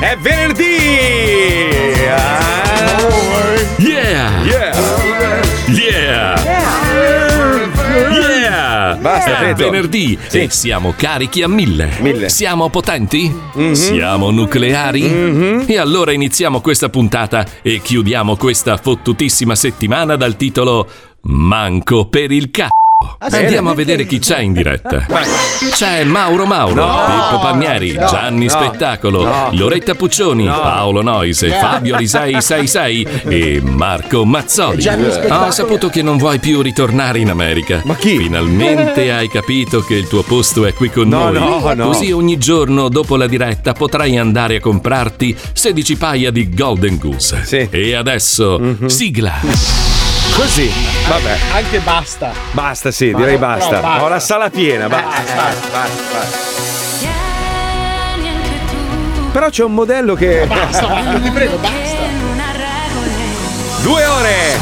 È venerdì! Ah. Yeah! Yeah! Yeah! Basta, È Pietro. venerdì e siamo carichi a mille. Mille. Mm-hmm. Siamo potenti? Siamo nucleari? E allora iniziamo questa puntata e chiudiamo questa fottutissima settimana dal titolo Manco per il c***o. Ah, Andiamo a vedere chi c'è in diretta. C'è Mauro Mauro, Pippo Pagnari, Gianni Spettacolo, Loretta Puccioni, Paolo Noise, Fabio Risei 66 e Marco Mazzoli. Ho saputo che non vuoi più ritornare in America. Ma chi? Finalmente hai capito che il tuo posto è qui con No, noi. no, no. Così ogni giorno dopo la diretta potrai andare a comprarti 16 paia di Golden Goose. Sì. Mhm. E adesso sigla. Così. Vabbè, Anche basta. basta, sì, direi basta. Ho la sala piena, basta, Eh. basta, basta, basta. Però c'è un modello che. Ti prego, basta. Due ore!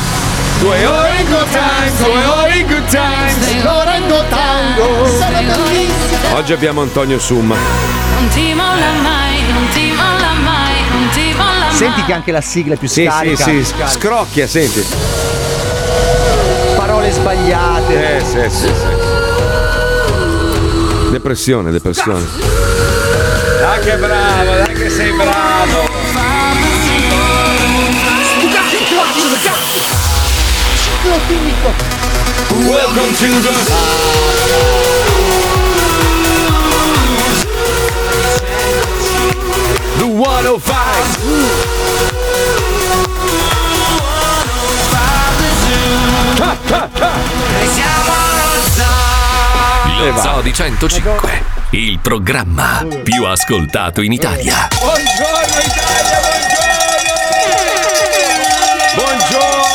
Due ore in good times, due ore in good times. L'orango tango. Sono bellissimo. Oggi abbiamo Antonio Summa. Non ti molla mai, non ti molla mai, non ti molla mai. Senti che anche la sigla è più Sì, scarica. sì, sì. Scarica. Scrocchia, senti. Parole sbagliate. Eh, sì, sì, sì. Depressione, depressione. Dai che bravo, dai che sei bravo. Welcome to the The 105 Lo Zoo di 105, il programma più ascoltato in Italia. Buongiorno Italia, buongiorno! Buongiorno!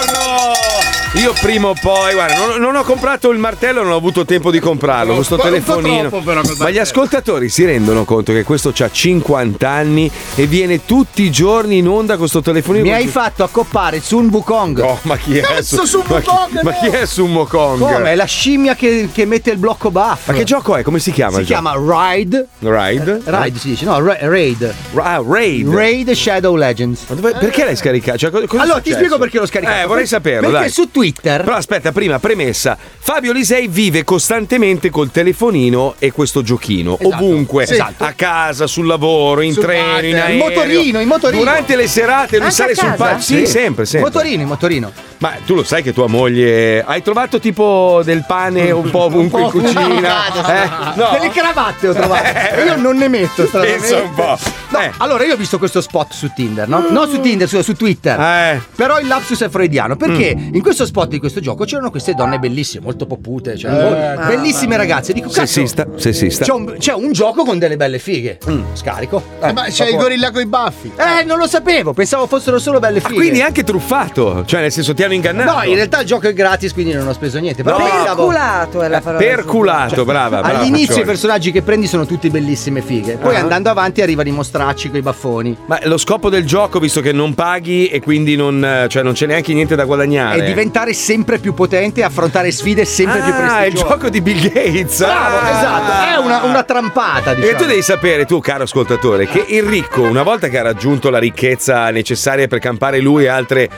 Io prima o poi, guarda, non, non ho comprato il martello, non ho avuto tempo di comprarlo, questo un po' telefonino. troppo però col Ma gli martello. ascoltatori si rendono conto che questo ha 50 anni e viene tutti i giorni in onda con sto telefonino. Mi hai fatto accoppare Sun Wukong. Oh, ma chi è? Cazzo, Sumo Su- ma, chi, Kong, ma no! chi è Sumo Kong? Come? È la scimmia che, che mette il blocco buff. Ma che gioco è? Come si chiama? Si il gioco? chiama Ride. Ride? Ride si dice, no, Ra- Raid. Ah, Raid. Raid Shadow Legends. Ma dove- perché l'hai scaricato? Cioè, co- cosa è Allora, ti successo? spiego perché l'ho scaricato. Eh, vorrei saperlo. Perché dai. su Twitter. Però aspetta, prima premessa. Fabio Lisei vive costantemente col telefonino e questo giochino. Ovunque, Sì. Esatto. a casa, sul lavoro, in Sul treno, water, in in aereo. motorino, in motorino. Durante le serate lui Anche sale a sul casa? palco. Sì, sempre, sempre. Motorino, in motorino. Ma tu lo sai che tua moglie hai trovato tipo del pane un po' ovunque in cucina? Eh? No. Delle cravatte ho trovato. Io non ne metto, Cioè, stranamente. Pensa Eh, un po'. No, Eh. allora io ho visto questo spot su Tinder, no? Non su Tinder, scusa, su Twitter. Eh. Mm. Però il lapsus è freudiano perché in questo spot di questo gioco c'erano queste donne bellissime, molto popute, Eh. cioè, Ah, mo- bellissime ragazze. Dico, cazzo, Sessista, sessista. C'è, un, c'è un gioco con delle belle fighe. Mm. Scarico. Eh, Ma c'è dopo- il gorilla coi baffi. Eh, non lo sapevo, pensavo fossero solo belle fighe. Ah, Quindi è anche truffato, cioè nel senso ti hanno ingannato. No, in realtà il gioco è gratis, quindi non ho speso niente. Però No. pensavo- Perculato Eh, è la parola. Perculato, brava, brava. All'inizio i Faccione. personaggi che prendi sono tutti bellissime fighe. Poi Ah. andando avanti arrivano i mostracci con i baffoni. Ma lo scopo del gioco, visto che non paghi e quindi non, eh, cioè non c'è neanche niente da guadagnare. È diventare sempre più potente e affrontare sfide sempre ah, più è il prestigiose. gioco di Bill Gates. Bravo, Ah. esatto. È una, una trampata, E diciamo. tu devi sapere, tu caro ascoltatore, che il ricco, una volta che ha raggiunto la ricchezza necessaria per campare lui e altre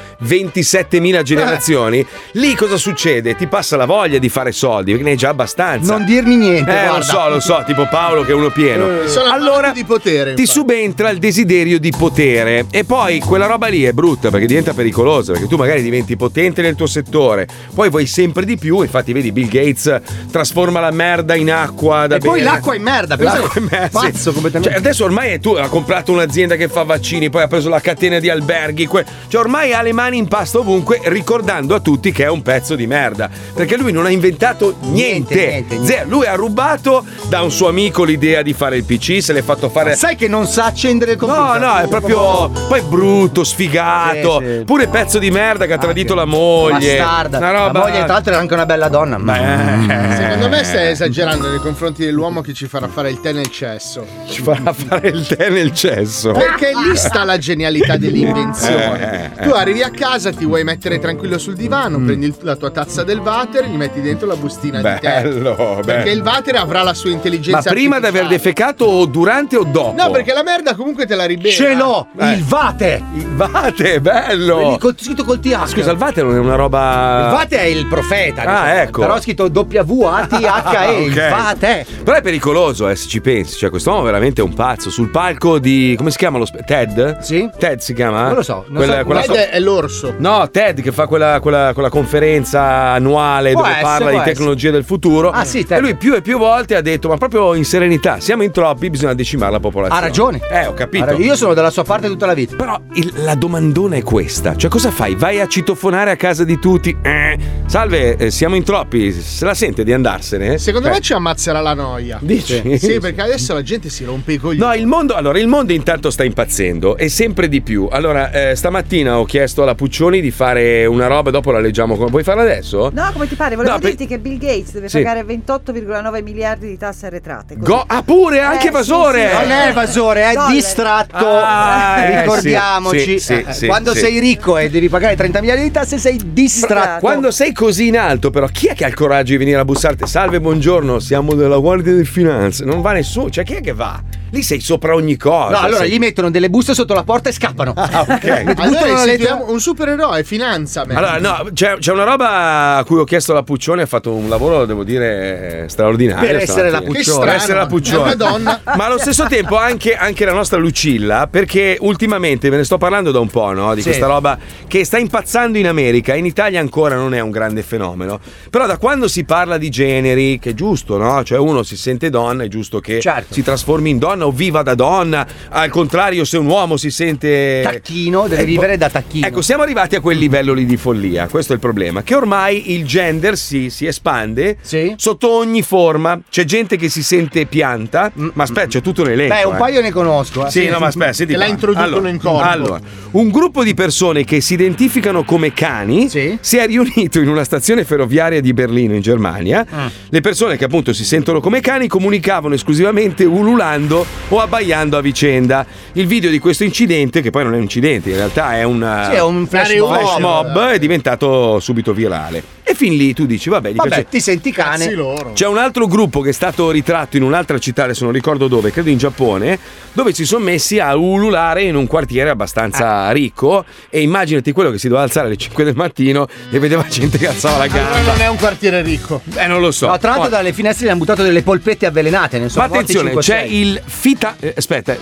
27.000 generazioni, lì cosa succede? Ti passa la voglia di fare soldi, perché ne hai già abbastanza. Non dirmi niente, eh, lo guarda. Eh, so, lo so, tipo Paolo che è uno pieno. Sono allora allora di potere. ti infatti. subentra il desiderio di potere e poi quella roba lì è brutta perché diventa pericolosa perché tu magari diventi potente nel tuo settore poi vuoi sempre di più infatti vedi Bill Gates trasforma la merda in acqua da E poi bere. l'acqua è merda, Esatto. L'acqua è pensavo- merda, sì. Pazzo completamente. Cioè, adesso ormai è tu ha comprato un'azienda che fa vaccini poi ha preso la catena di alberghi que- cioè ormai ha le mani in pasta ovunque ricordando a tutti che è un pezzo di merda perché lui non ha inventato niente, Niente, niente, niente. Zero. lui ha rubato da un suo amico l'idea di fare il PC se l'è fatto fare Sai che non sa accendere il No, computer? no, è proprio. Poi brutto, sfigato. Sì, sì. Pure pezzo di merda che ha tradito la moglie. Bastarda. Una roba. La moglie, tra l'altro, era anche una bella donna. Ma... Eh. Secondo me stai esagerando nei confronti dell'uomo uomo che ci farà fare il tè nel cesso. Ci farà fare il tè nel cesso. Perché lì sta la genialità dell'invenzione. Eh, Mm. eh. Tu arrivi a casa, ti vuoi mettere tranquillo sul divano, prendi il- la tua tazza del water, gli metti dentro la bustina di tè. Bello, Perché bello. il water avrà la sua intelligenza. Ma prima di aver artificiale. defecato o durante o dopo? No, perché la merda comunque te la ribella. Ce l'ho! Eh. Il vate! Il vate, Quelli bello. col- scritto col TH. Scusa, il vate non è una roba. Il Vate è il profeta. eh. Ah, diciamo, ecco. Ah, Però ho scritto W-A-T-H-E. Il Ok. Vate. Però è pericoloso, eh, se ci pensi. Cioè, quest'uomo veramente è un pazzo. Sul palco di. come si chiama lo. spe- Ted? Sì. Ted si chiama? Non lo so, non Quella- so- quella Ted Eh, è l'orso. No, Ted che fa quella, quella- quella conferenza annuale Può dove essere, parla può di essere. tecnologie del futuro. Ah, sì, Ted. E lui più e più volte ha detto: Ma proprio in serenità, siamo in troppi, bisogna decimare la popolazione. Ha ragione. Eh, ho capito. Allora, io sono dalla sua parte tutta la vita. Però il- la domandona è questa: cioè, cosa fai? Vai a citofonare a casa di tutti? Eh, salve, eh, siamo in troppi. Se la sente di andarsene? Secondo Cioè, me ci ammazzerà la noia. Dici? Sì, perché adesso la gente si rompe i coglioni. No, il mondo, allora, il mondo intanto sta impazzendo e sempre di più. Allora, eh, stamattina ho chiesto alla Puccioni di fare una roba, dopo la leggiamo. come- Vuoi farla adesso? No, come ti pare? Volevo No, per- dirti che Bill Gates deve Sì. pagare 28,9 miliardi di tasse arretrate. così. Go- ah, pure, anche Eh, sì, evasore! sì, sì. Non è evasore, è Dollari. distratto. Ah, eh, Ricordiamoci. sì, sì, Eh, sì, Quando sì. sei ricco e devi pagare 30 miliardi di tasse, sei distratto. Quando sei così in alto, però, chi è che ha il coraggio di venire a bussarti? Salve, buongiorno, siamo della Guardia del Finanza. Non va nessuno, cioè chi è che va? Lì sei sopra ogni cosa. No, allora sei- gli mettono delle buste sotto la porta e scappano. Ah, ok. Allora buttano la sentiamo lettera- un supereroe, finanza me. Allora, no, c'è, c'è una roba a cui ho chiesto la Puccione, ha fatto un lavoro, devo dire, straordinario. Per essere la stamattina. che Puccioni. strano. Per essere la È Puccioni. una donna. Ma allo stesso tempo anche, anche la nostra Lucilla, perché ultimamente ve ne sto parlando da un po', no? Di Sì. questa roba che sta impazzando in America, in Italia ancora non è un grande fenomeno. Però da quando si parla di generi, che è giusto, no? Cioè uno si sente donna, è giusto che Certo. si trasformi in donna o viva da donna. Al contrario, se un uomo si sente Tacchino, deve Eh, vivere da tacchino. Ecco, siamo arrivati a quel livello lì di follia. Questo è il problema. Che ormai il gender si, si espande Sì. sotto ogni forma. C'è gente che si sente pianta. Ma aspetta, c'è tutto un elenco. Mm, Beh, un eh. paio ne conosco. eh. Sì, no, ma aspetta, senti Te la qua. introducono Allora, in corpo. Allora, un gruppo di persone che si identificano come cani Sì. si è riunito in una stazione ferroviaria di Berlino, in Germania. Le persone che appunto si sentono come cani comunicavano esclusivamente ululando o abbaiando a vicenda. Il video di questo incidente, che poi non è un incidente, in realtà è una. Sì, è un flash Mario mob. Flash Oh, mob vabbè. è diventato subito virale. E fin lì tu dici, vabbè, gli Vabbè, piace- ti senti Cazzi cane. loro. c'è un altro gruppo che è stato ritratto in un'altra città, adesso non ricordo dove, credo in Giappone, dove si sono messi a ululare in un quartiere abbastanza Ah. ricco e immaginati quello che si doveva alzare alle 5 del mattino e vedeva gente che alzava la Allora gamba. non è un quartiere ricco. Eh, non lo so. Ah, No, tra l'altro Poi- dalle finestre gli hanno buttato delle polpette avvelenate. Ne sono ma attenzione, morti c'è 5-6. il fita, eh, aspetta,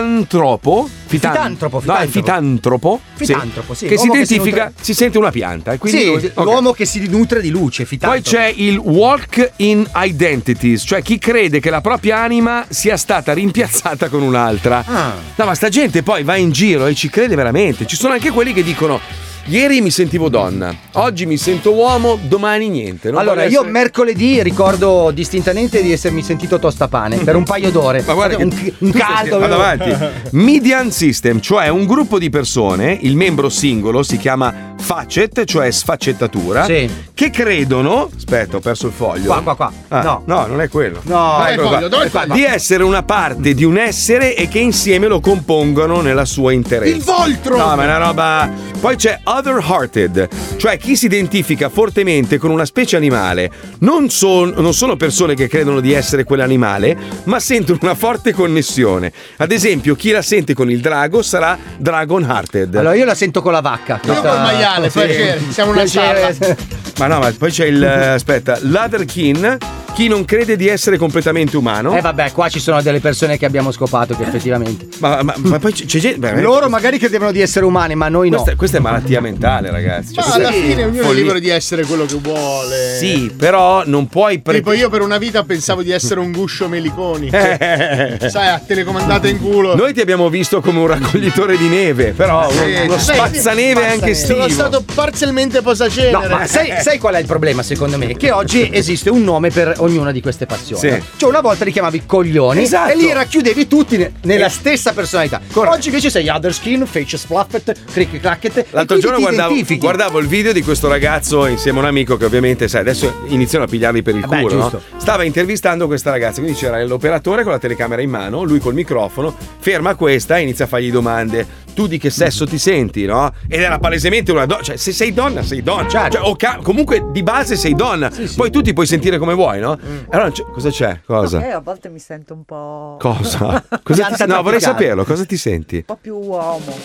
fitantropo, fitan- Fitantropo, no, è fitantropo, Fitantropo, sì, che si l'uomo che si identifica, si, nutre- sente una pianta e quindi Sì, lui- ok. l'uomo che si nutre di luce, fitanto. Poi c'è il walk in identities, cioè chi crede che la propria anima sia stata rimpiazzata con un'altra. Ah. No, ma sta gente poi va in giro e ci crede veramente. Ci sono anche quelli che dicono: Ieri mi sentivo donna, oggi mi sento uomo, domani niente. Non Allora, voglio io essere- mercoledì ricordo distintamente di essermi sentito tostapane per un paio d'ore. Ma guarda che un, un caldo. Vado avanti. Median System, cioè un gruppo di persone, il membro singolo si chiama facet, cioè sfaccettatura, Sì. che credono, aspetta, ho perso il foglio. Qua, qua, qua. Ah, No. no, non è quello. No, Ah, eccolo Eh, voglio, qua. dove Ecco qua. voglio? di essere una parte di un essere e che insieme lo compongono nella sua interezza. Il voltro! No, ma è una roba. Poi c'è other hearted, cioè chi si identifica fortemente con una specie animale. Non, son- non sono persone che credono di essere quell'animale, ma sentono una forte connessione. Ad esempio, chi la sente con il drago sarà dragon hearted. Allora, io la sento con la vacca. Io col maiale, piacere. Siamo una Piacere. sciarra. Ma no, ma poi c'è il. eh, aspetta, l'other kin, chi non crede di essere completamente umano. Eh vabbè, qua ci sono delle persone che abbiamo scopato che effettivamente. ma, ma- ma poi c'è, c'è gente. veramente- Loro magari credevano di essere umane, ma noi no. Questa, questa è malattia mentale, ragazzi. Ma Cioè, alla questa è fine ognuno è follia. libero di essere quello che vuole. Sì, però non puoi Tipo prendere. io per una vita pensavo di essere un guscio meliconi. Eh. Sai, a telecomandata in culo. Noi ti abbiamo visto come un raccoglitore di neve, però Sì, uno, uno Eh, sì. spazzaneve anche Sono estivo. stato parzialmente posacenere. No, ma sai, sai qual è il problema secondo me? Che oggi esiste un nome per ognuna di queste passioni. Sì. Cioè, una volta li chiamavi coglioni Esatto. e li racchiudevi tutti ne- nella Eh. stessa personalità. Corretto. Oggi invece sei other skin, face spluffet, crick cracket. L'altro e quindi giorno ti guardavo, identifichi. guardavo il video di questo ragazzo insieme a un amico che ovviamente, sai, adesso iniziano a pigliarli per il Eh beh, culo, no? giusto. Stava intervistando questa ragazza, quindi c'era l'operatore con la telecamera in mano, lui col microfono, ferma questa e inizia a fargli domande. Tu di che sesso ti senti, no? Ed era palesemente una donna, cioè se sei donna, sei donna. Certo. Cioè, o ca- comunque di base sei donna. Sì, Mm. sì. Poi tu ti puoi sentire come vuoi, no? Allora, c- cosa c'è? Cosa? Eh, a volte mi sento un eh. po'. Cosa? Cosa Pianta ti- no, vorrei tropicale. saperlo, cosa ti senti? Un po' più uomo.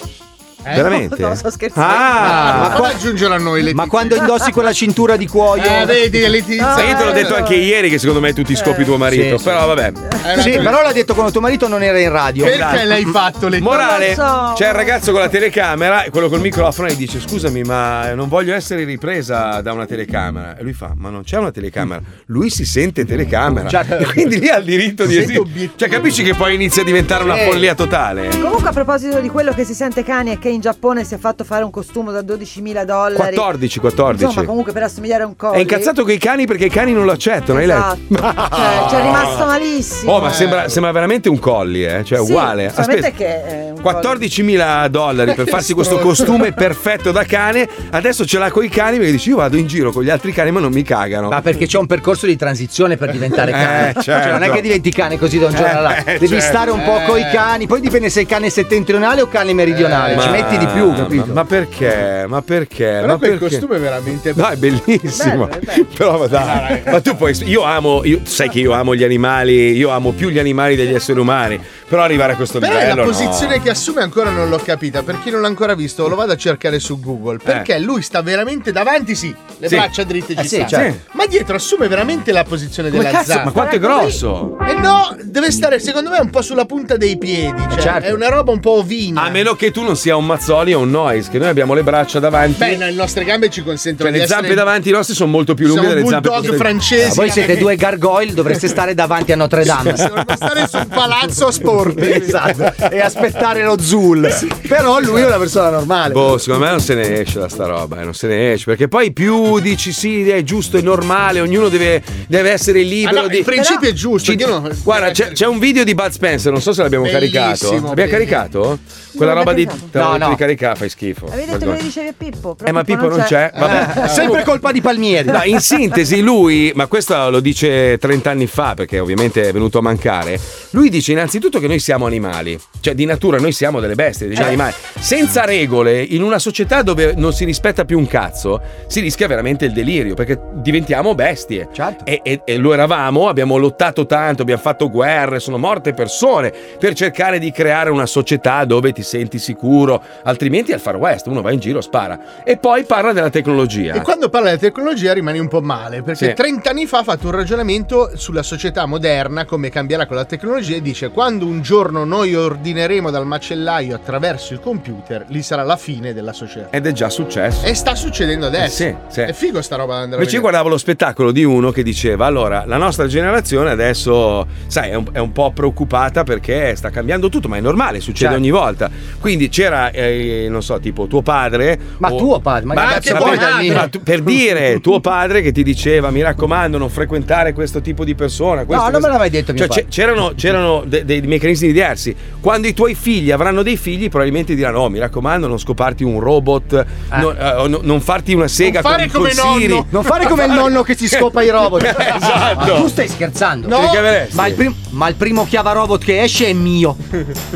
Eh? Veramente? No, sto scherzando. Ah, Ma Ma qua qua- aggiungerà a noi le Ma quando indossi quella cintura di cuoio. Ah. Eh, vedi, Letizia. Sai, io te l'ho detto anche ieri che secondo me tu ti scopi tuo marito, eh. Sì, sì. però vabbè. Eh, Sì, ragione. però l'ha detto quando tuo marito non era in radio. Perché l'hai fatto, Letizia? Morale, Non lo so. c'è il ragazzo con la telecamera e quello col microfono e dice scusami ma non voglio essere ripresa da una telecamera. E lui fa ma non c'è una telecamera. Lui si sente telecamera. Certo. E Ah, cioè, quindi lì ha il diritto di Sento esistere. obiettivo. Cioè capisci che poi inizia a diventare una Sì. follia totale. Comunque, a proposito di quello che si sente cani e che in Giappone si è fatto fare un costume da 12.000 dollari. 14, 14. Insomma, comunque per assomigliare a un colli. È incazzato coi cani perché i cani non lo accettano, hai letto? Esatto. cioè, ci è rimasto malissimo. Eh. Oh, ma sembra, sembra veramente un colli, eh? Cioè, Sì, uguale. solamente che eh, è un colli. 14.000 dollari per farsi questo costume perfetto da cane. Adesso ce l'ha con i cani perché dici io vado in giro con gli altri cani ma non mi cagano. Ma perché c'è un percorso di transizione per diventare Eh, cane. Cioè, non è certo. che diventi cane così da un giorno Eh, all'altro. eh, Devi certo. stare un po' coi cani, poi dipende se il cane è settentrionale o cane meridionale. Eh, Ci Ma- metti di più, capito? Ma, ma perché? Ma perché? Però ma quel perché? costume è veramente No, è bellissimo. Bello, è bello. Però ma dai. Ma tu puoi. Io amo. io- sai che io amo gli animali. Io amo più gli animali degli esseri umani. Però arrivare a questo Però livello. la no. posizione che assume ancora non l'ho capita. Per chi non l'ha ancora visto, lo vado a cercare su Google. Perché lui sta veramente davanti, sì, le Eh. Sì. braccia dritte ci Eh sì, stanno. certo. Ma dietro assume veramente la posizione Come della cazzo? zampa. Ma quanto è grosso? E no, deve stare secondo me un po' sulla punta dei piedi. Eh, Cioè, certo. È una roba un po' ovina. A meno che tu non sia un Mazzoli o un Noise, che noi abbiamo le braccia davanti. Beh, no, le nostre gambe ci consentono Cioè, di le essere- zampe davanti nostre sono molto più lunghe Siamo delle zampe bulldog posteriori. Ah, francesi. voi siete due gargoyle, dovreste stare davanti a Notre Dame. Dovremmo stare su un palazzo a sporti. esatto. E aspettare lo Zul. Però lui è una persona normale. Boh, secondo me non se ne esce da sta roba, eh, non se ne esce, perché poi più dici sì, è giusto, è normale, ognuno deve, deve essere Ah, libero no, di... il principio è giusto. Ci- io non- Guarda, c'è, c'è un video di Bud Spencer, non so se l'abbiamo caricato. Bellissimo, Abbiamo bello. caricato? Quella Non l'ho roba di... caricato. te la No, devi no. ricaricare, fai schifo. Avevi detto che Vergogna. lo dicevi a Pippo. però Eh, ma Pippo non c'è, vabbè. Sempre colpa di Palmieri. No, in sintesi, lui, ma questo lo dice 30 anni fa, perché ovviamente è venuto a mancare. Lui dice innanzitutto che noi siamo animali, cioè di natura noi siamo delle bestie, degli animali. Senza regole, in una società dove non si rispetta più un cazzo, si rischia veramente il delirio, perché diventiamo bestie. Certo. E, e- e lo eravamo, abbiamo lottato tanto, abbiamo fatto guerre, sono morte persone per cercare di creare una società dove ti senti sicuro, altrimenti è il far west, uno va in giro, spara. E poi parla della tecnologia. E Ah. quando parla di tecnologia rimani un po' male, perché Sì. 30 anni fa ha fatto un ragionamento sulla società moderna, come cambierà con la tecnologia, e dice quando un giorno noi ordineremo dal macellaio attraverso il computer, lì sarà la fine della società. Ed è già Eh, successo. E sta succedendo adesso. Eh sì, sì. È figo sta roba da andare Invece a vedere. io guardavo lo spettacolo di uno che diceva: Allora, la nostra generazione adesso, sai, è un, è un po' preoccupata perché sta cambiando tutto, ma è normale, succede Certo. ogni volta. Quindi c'era, eh, non so, tipo tuo padre. Ma o- tuo padre, ma, Ma che anche cazzo Ma tuo vuoi per- dal mio- ma tu- per dire tuo padre che ti diceva mi raccomando non frequentare questo tipo di persona questo, non questo." me l'avevi detto, mio Cioè, padre. c'è- c'erano, c'erano de- dei meccanismi diversi quando i tuoi figli avranno dei figli probabilmente diranno "Oh, mi raccomando non scoparti un robot non, eh, no- non farti una sega Non fare con, come con Siri nonno. Non fare come il nonno che si scopa i robot. Esatto. Ma tu stai scherzando? Te li chiameresti? Ma il, prim- ma il primo chiava robot che esce è mio.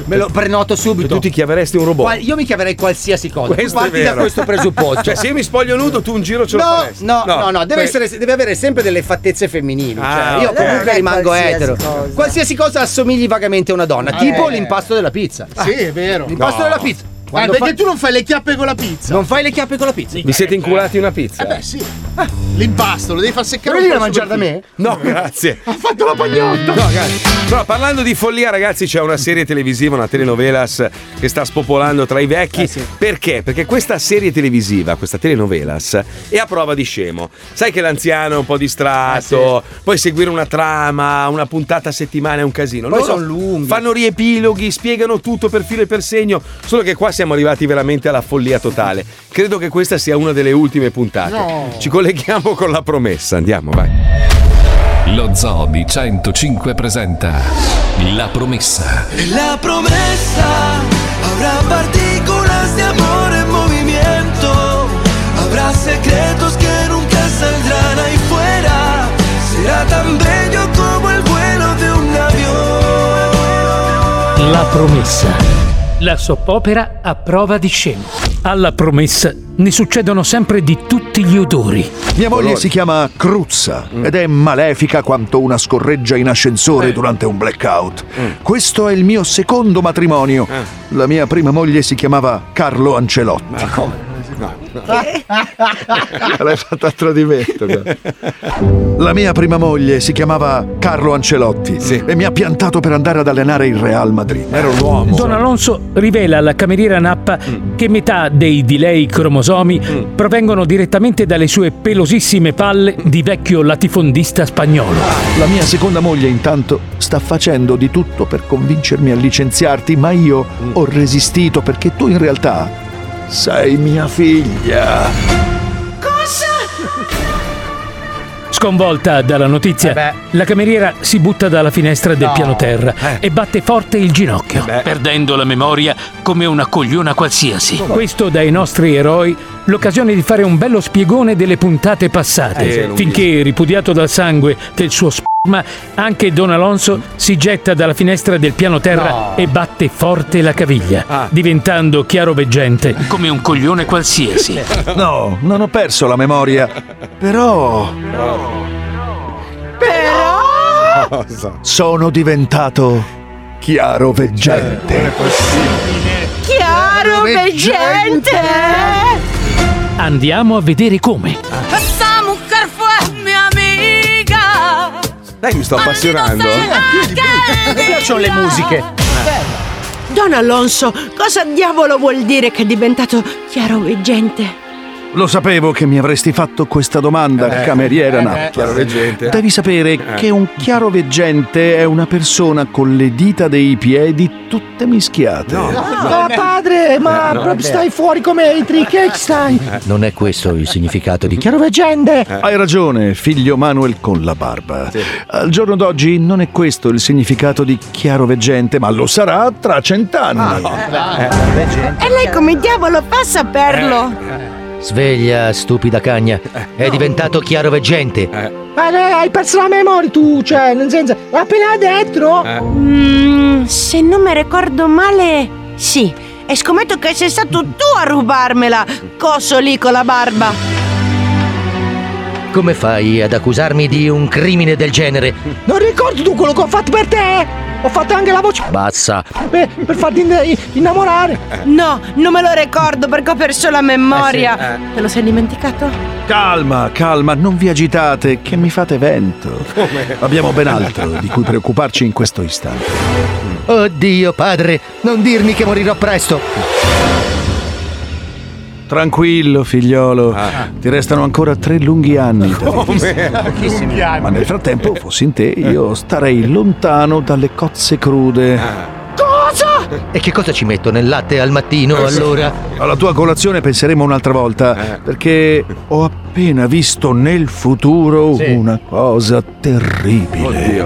Me lo prenoto Cioè, subito. tu ti chiaveresti un robot Qual- io mi chiamerei qualsiasi cosa. Questo è Esatto. Parti da vero. questo presupposto. cioè se io mi spoglio nudo tu un giro ce lo No, faresti no, no, no, deve, Que- essere- deve avere sempre delle fattezze femminili. Ah, cioè, io ok. comunque Allora, rimango qualsiasi etero. cosa. Qualsiasi cosa assomigli vagamente a una donna, Eh. tipo l'impasto della pizza. Sì, è vero. Ah, L'impasto No. della pizza. Quando perché fa- tu non fai le chiappe con la pizza? non fai le chiappe con la pizza. vi siete inculati una pizza Eh beh, sì. L'impasto lo devi far seccare. un Vuoi venire a po' mangiare da me? no grazie Ha fatto la pagnotta. No, ragazzi. Però parlando di follia, ragazzi, c'è una serie televisiva, una telenovelas che sta spopolando tra i vecchi. Eh, Perché? Perché questa serie televisiva, questa telenovelas, è a prova di scemo. Sai che l'anziano è un po' Eh, distratto, poi seguire una trama, una puntata a settimana è un casino. Poi Loro sono lunghi. Fanno riepiloghi, spiegano tutto per filo e per segno. Solo che qua siamo arrivati veramente alla follia totale. Credo che questa sia una delle ultime puntate. No. Ci colleghiamo con la promessa. Andiamo, vai. Lo Zoo di 105 presenta La promessa. La promesa habrá partículas de amor en movimiento. Habrá secretos que nunca saldrán ahí fuera. Será tan bello como el vuelo de un avión. La promessa. La soppopera a prova di scena. Alla promessa ne succedono sempre di tutti gli odori. Mia moglie si chiama Cruzza ed è malefica quanto una scorreggia in ascensore durante un blackout. Questo è il mio secondo matrimonio. La mia prima moglie si chiamava Carlo Ancelotti. Eh. Ma come? Ah. L'hai fatta a tradimento. La mia prima moglie si chiamava Carlo Ancelotti e mi ha piantato per andare ad allenare il Real Madrid. Era un uomo. Mm. Don Alonso rivela alla cameriera Nappa che metà dei di lei cromosomi provengono direttamente dalle sue pelosissime palle di vecchio latifondista spagnolo. La mia seconda moglie intanto sta facendo di tutto per convincermi a licenziarti, ma io ho resistito perché tu in realtà sei mia figlia. Sconvolta dalla Eh notizia, la cameriera si butta dalla finestra del piano terra Eh. e batte forte il ginocchio, perdendo la memoria come una cogliona qualsiasi. Questo dai nostri eroi l'occasione di fare un bello spiegone delle puntate Eh, passate, non finché, ripudiato dal sangue del suo sperma, anche Don Alonso si getta dalla finestra del piano terra e batte forte la caviglia, Ah. diventando chiaroveggente come un coglione qualsiasi. No, non ho perso la memoria. Però Cosa? sono diventato chiaroveggente. Chiaro, veggente! Andiamo a vedere come. Ah, Esa mujer fue mi amiga. Dai, mi sto appassionando. Mi piacciono le musiche. Don Alonso, cosa diavolo vuol dire che è diventato chiaro, veggente? Lo sapevo che mi avresti fatto questa domanda, cameriera Nappa. Chiaroveggente. Devi sapere che un chiaroveggente è una persona con le dita dei piedi tutte mischiate. Ah, Ma padre, ma proprio stai fuori come i trick stai. Non è questo il significato di chiaroveggente. Hai ragione, figlio Manuel con la barba. Al giorno d'oggi non è questo il significato di chiaroveggente, ma lo sarà tra cent'anni. Ah, Ah, eh. E lei come diavolo fa a Eh. saperlo? Sveglia, stupida cagna. È diventato chiaroveggente. Ma eh, hai perso la memoria tu, cioè, nel senso, appena dentro. Mm, se non mi ricordo male, sì. E scommetto che sei stato tu a rubarmela, coso lì con la barba. Come fai ad accusarmi di un crimine del genere? Non ricordi tu quello che ho fatto per te? Ho fatto anche la voce Bassa. per, per farti in- innamorare. No, non me lo ricordo perché ho perso la memoria. Eh Te lo sei dimenticato? Calma, calma, non vi agitate, che mi fate vento. Abbiamo ben altro di cui preoccuparci in questo istante. Oddio, padre, non dirmi che morirò presto. Tranquillo, figliolo, ti restano ancora tre lunghi anni. da vivere. Ma nel frattempo, fossi in te, io starei lontano dalle cozze Ah. crude. E che cosa ci metto nel latte al mattino, allora? Alla tua colazione penseremo un'altra volta, perché ho appena visto nel futuro una cosa terribile.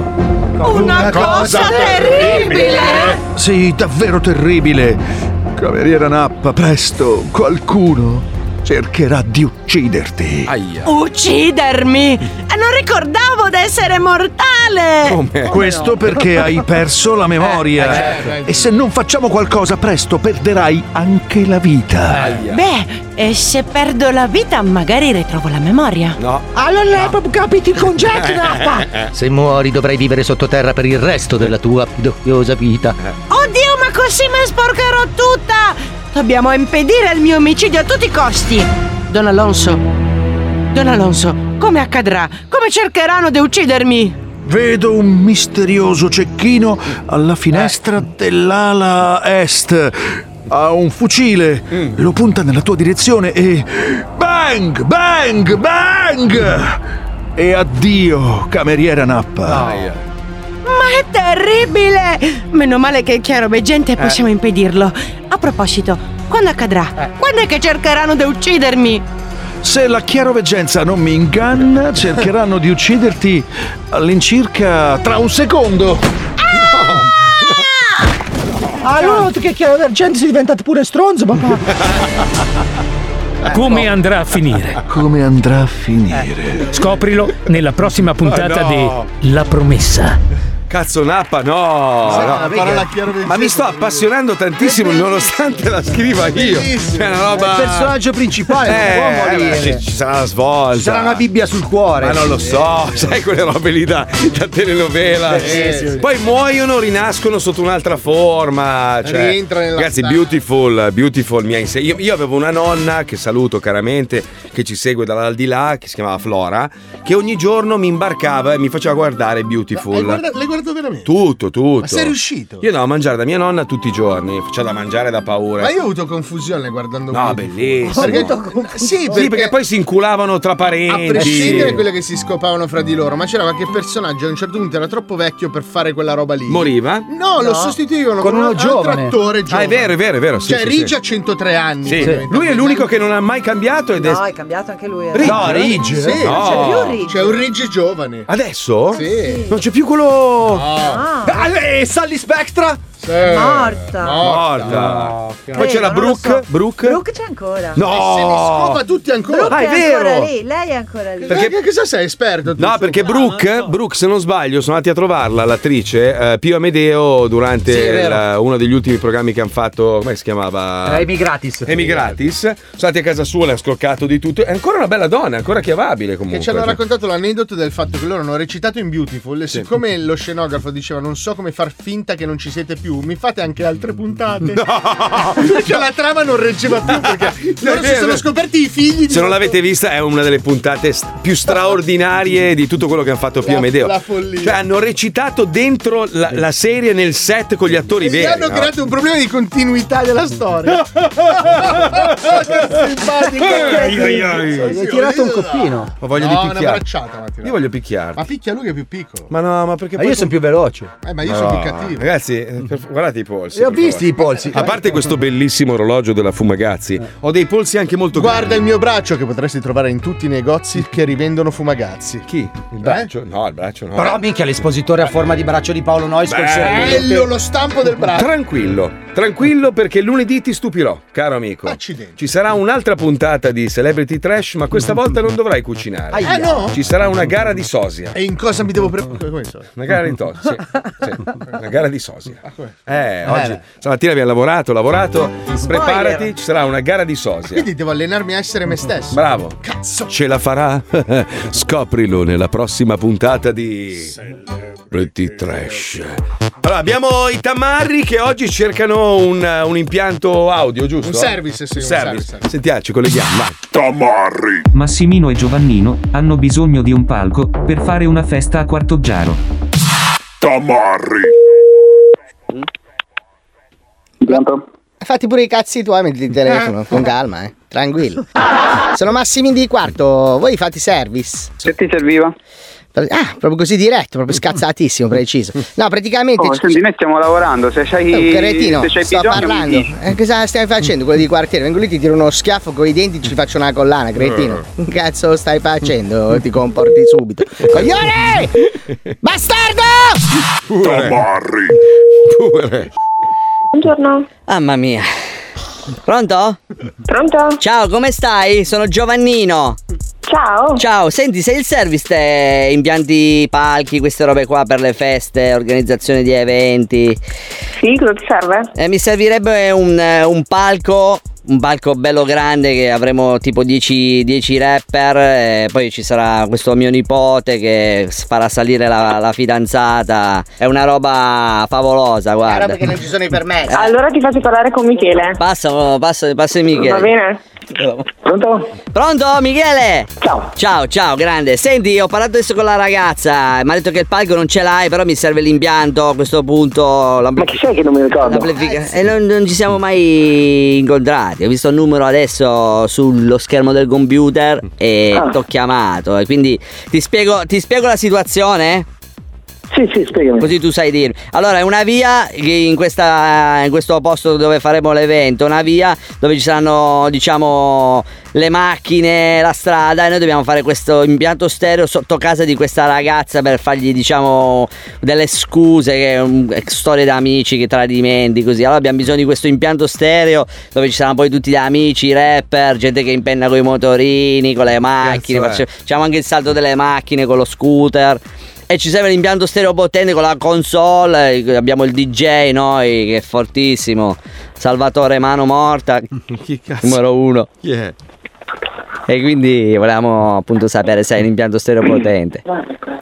Una cosa terribile! Sì, davvero terribile. Cameriera Nappa, presto, qualcuno cercherà di ucciderti. Uccidermi! E non ricordavo di essere mortale! Questo perché hai perso la memoria. E se non facciamo qualcosa, presto perderai anche la vita. Beh, e se perdo la vita magari ritrovo la memoria. Allora, hai proprio capito il concetto, Nappa. Se muori dovrai vivere sottoterra per il resto della tua pidocchiosa vita. Oddio, ma così mi sporcherò tutta! Dobbiamo impedire il mio omicidio a tutti i costi! Don Alonso, Don Alonso, come accadrà? Come cercheranno di uccidermi? Vedo un misterioso cecchino alla finestra dell'ala est. Ha un fucile, lo punta nella tua direzione e. Bang! Bang! Bang! E addio, cameriera Nappa. Ma è terribile! Meno male che è chiaro, beh, gente, possiamo impedirlo. A proposito, quando accadrà? Quando è che cercheranno di uccidermi? Se la chiaroveggenza non mi inganna, cercheranno di ucciderti all'incirca tra un secondo. Allora tu che chiaro d'argento sei diventato pure stronzo, papà. Eh, Come andrà a finire? Come andrà a finire? Scoprilo nella prossima puntata Oh, no. di La promessa. Cazzo nappa, no! Sì, no. la parola Ma, mi sto appassionando tantissimo nonostante la scriva io. È una roba. È il personaggio principale, non può eh, morire. ci, ci sarà la svolta. Ci sarà una Bibbia sul cuore. Ma non lo so, sai quelle robe lì da, da telenovela. Sì, sì, sì. Eh, Poi muoiono, rinascono sotto un'altra forma. Cioè, Rientra nella ragazzi, stanza. beautiful, beautiful. Mi ha inseg- io, io avevo una nonna che saluto caramente, che ci segue dall'aldilà, che si chiamava Flora, che ogni giorno mi imbarcava e mi faceva guardare beautiful. L'hai guardato veramente? Tutto, tutto. Ma sei riuscito? Io andavo a mangiare da mia nonna tutti i giorni, faceva da mangiare da paura. Ma io ho avuto confusione guardando No, Beautiful. bellissimo. Perché- Sì, perché, Sì, perché poi si inculavano tra a parenti. prescindere da quelle che si scopavano fra di loro, ma c'era qualche personaggio a un certo punto era troppo vecchio per fare quella roba lì. Moriva? No, lo sostituivano con, Con un uno altro giovane. attore giovane. Ah, è vero, è vero, è vero, sì, cioè, sì, Rigi sì. ha 103 anni. Sì. praticamente. Lui è l'unico che non ha mai cambiato ed è. No, è cambiato anche lui. eh. Ridge? No, Ridge. Sì, No. c'è, C'è più c'è Cioè, un Rigi giovane. Adesso? Sì. Non c'è più quello. Ah. eh, E Sally Spectra? Morta. Morta. Poi Credo, c'era non lo Brooke. so. Brooke. Brooke c'è ancora. No. E se ne scopa tutti ancora. Brooke Ah, è, è ancora vero. lì. Lei è ancora lì. Perché- Eh, Che cosa sei esperto? tu? No, perché Brooke, Brooke, se non sbaglio, sono andati a trovarla, l'attrice eh, Pio Amedeo durante Sì, è vero. la- uno degli ultimi programmi che hanno fatto, come si chiamava? Tra Emigratis. Eh, Emigratis. Sono andati a casa sua, le ha scoccato di tutto. È ancora una bella donna, è ancora chiavabile comunque. Che ci hanno Cioè, raccontato l'aneddoto del fatto che loro hanno recitato in Beautiful e siccome lo scenografo diceva non so come far finta che non ci siete più, mi fate anche altre puntate. perché Cioè, la trama non reggeva più perché loro si vero. sono scoperti i figli di Se non l'avete vista, è una delle puntate st- più straordinarie di tutto quello che hanno fatto Pio La- Amedeo. la follia. Cioè, hanno recitato dentro la, la serie nel set con gli attori e veri. hanno no? creato un problema di continuità della storia. che simpatico. Ai, ai, ai. Gli hai tirato un coppino. Ma voglio No, di una picchiare. bracciata, Mattia. Io voglio picchiarti. Ma picchia lui che è più piccolo. Ma no, ma perché Ma io sono più veloce. Eh, ma io sono più No, cattivo. Ragazzi, eh, per- guardate i polsi. Li ho per visti i favore. polsi. Eh. A parte questo bellissimo orologio della Fumagazzi, ho dei polsi anche molto Guarda il mio braccio che potresti trovare in tutti i negozi che rivendono fumagazzi. Eh? Chi? Il braccio? No, il braccio no. Però minchia l'espositore a forma di braccio di Paolo Nois col Bello lo stampo del braccio. Tranquillo, tranquillo perché lunedì ti stupirò, caro amico. Accidenti. Ci sarà un'altra puntata di Celebrity Trash, ma questa volta non dovrai cucinare. Ah, no? Ci sarà una gara di sosia. E in cosa mi devo preparare? Come so? Ah, Una gara di to- sì, sì, una gara di sosia. Eh, oggi bene. stamattina abbiamo lavorato, lavorato. Preparati, ci sarà una gara di sosia. Quindi devo allenarmi a essere me stesso. Bravo. Ce la farà? Scoprilo nella prossima puntata di Pretty Trash. Allora, abbiamo i tamarri che oggi cercano un, un impianto audio, giusto? Un service, sì, un Service. service. Sentiamo, ci colleghiamo. vai. Massimino e Giovannino hanno bisogno di un palco per fare una festa a Quartoggiaro. Tamarri. Fatti pure i cazzi tuoi, metti il telefono, con calma, eh. Tranquillo. Sono Massimi di quarto, voi fate service. Che ti serviva? Ah, proprio così diretto, proprio scazzatissimo, preciso. No, praticamente. Oh, senti, noi stiamo lavorando, se c'hai, Eh, un cretino, se c'hai sto bisogno parlando. mi dici. Eh, cosa stai facendo? Quello di quartiere? Vengo lì, ti tiro uno schiaffo con i denti, ci faccio una collana, cretino. Eh. Che cazzo stai facendo? Eh, Ti comporti subito. Coglione! Bastardo! Tamarri. Buongiorno. Mamma mia. Pronto? Pronto? Ciao, come stai? Sono Giovannino. Ciao. Ciao, senti, sei il service te, impianti palchi, queste robe qua per le feste, organizzazione di eventi. Eh, Sì, cosa ti serve? mi servirebbe un, eh, un palco, un palco bello grande che avremo tipo 10, 10 rapper e poi ci sarà questo mio nipote che s- farà salire la, la fidanzata. È una roba favolosa, guarda. Perché non ci sono i permessi. Allora ti faccio parlare con Michele. Eh. Passa, passa, passa il Michele. Va bene? Pronto? Pronto Michele? Ciao. Ciao, ciao, grande. Senti, ho parlato adesso con la ragazza, mi ha detto che il palco non ce l'hai, però mi serve l'impianto a questo punto. Ma chi sei che non mi ricordo? Eh, E non, non ci siamo mai incontrati, ho visto il numero adesso sullo schermo del computer e Ah. t'ho chiamato. E quindi ti spiego, ti spiego la situazione? Sì, sì, spiegami. Così tu sai dirmi. Allora, è una via che in, questa, in questo posto dove faremo l'evento, una via dove ci saranno, diciamo, le macchine, la strada e noi dobbiamo fare questo impianto stereo sotto casa di questa ragazza per fargli, diciamo, delle scuse, che è un- storie da amici, che tradimenti, così. Allora abbiamo bisogno di questo impianto stereo dove ci saranno poi tutti gli amici, i rapper, gente che impenna con i motorini, con le macchine, Cazzo, eh. faccio- facciamo anche il salto delle macchine con lo scooter. E ci serve l'impianto stereo potente con la console, eh, abbiamo il DJ noi che è fortissimo, Salvatore Mano Morta, numero uno. E quindi volevamo appunto sapere se è l'impianto stereo potente.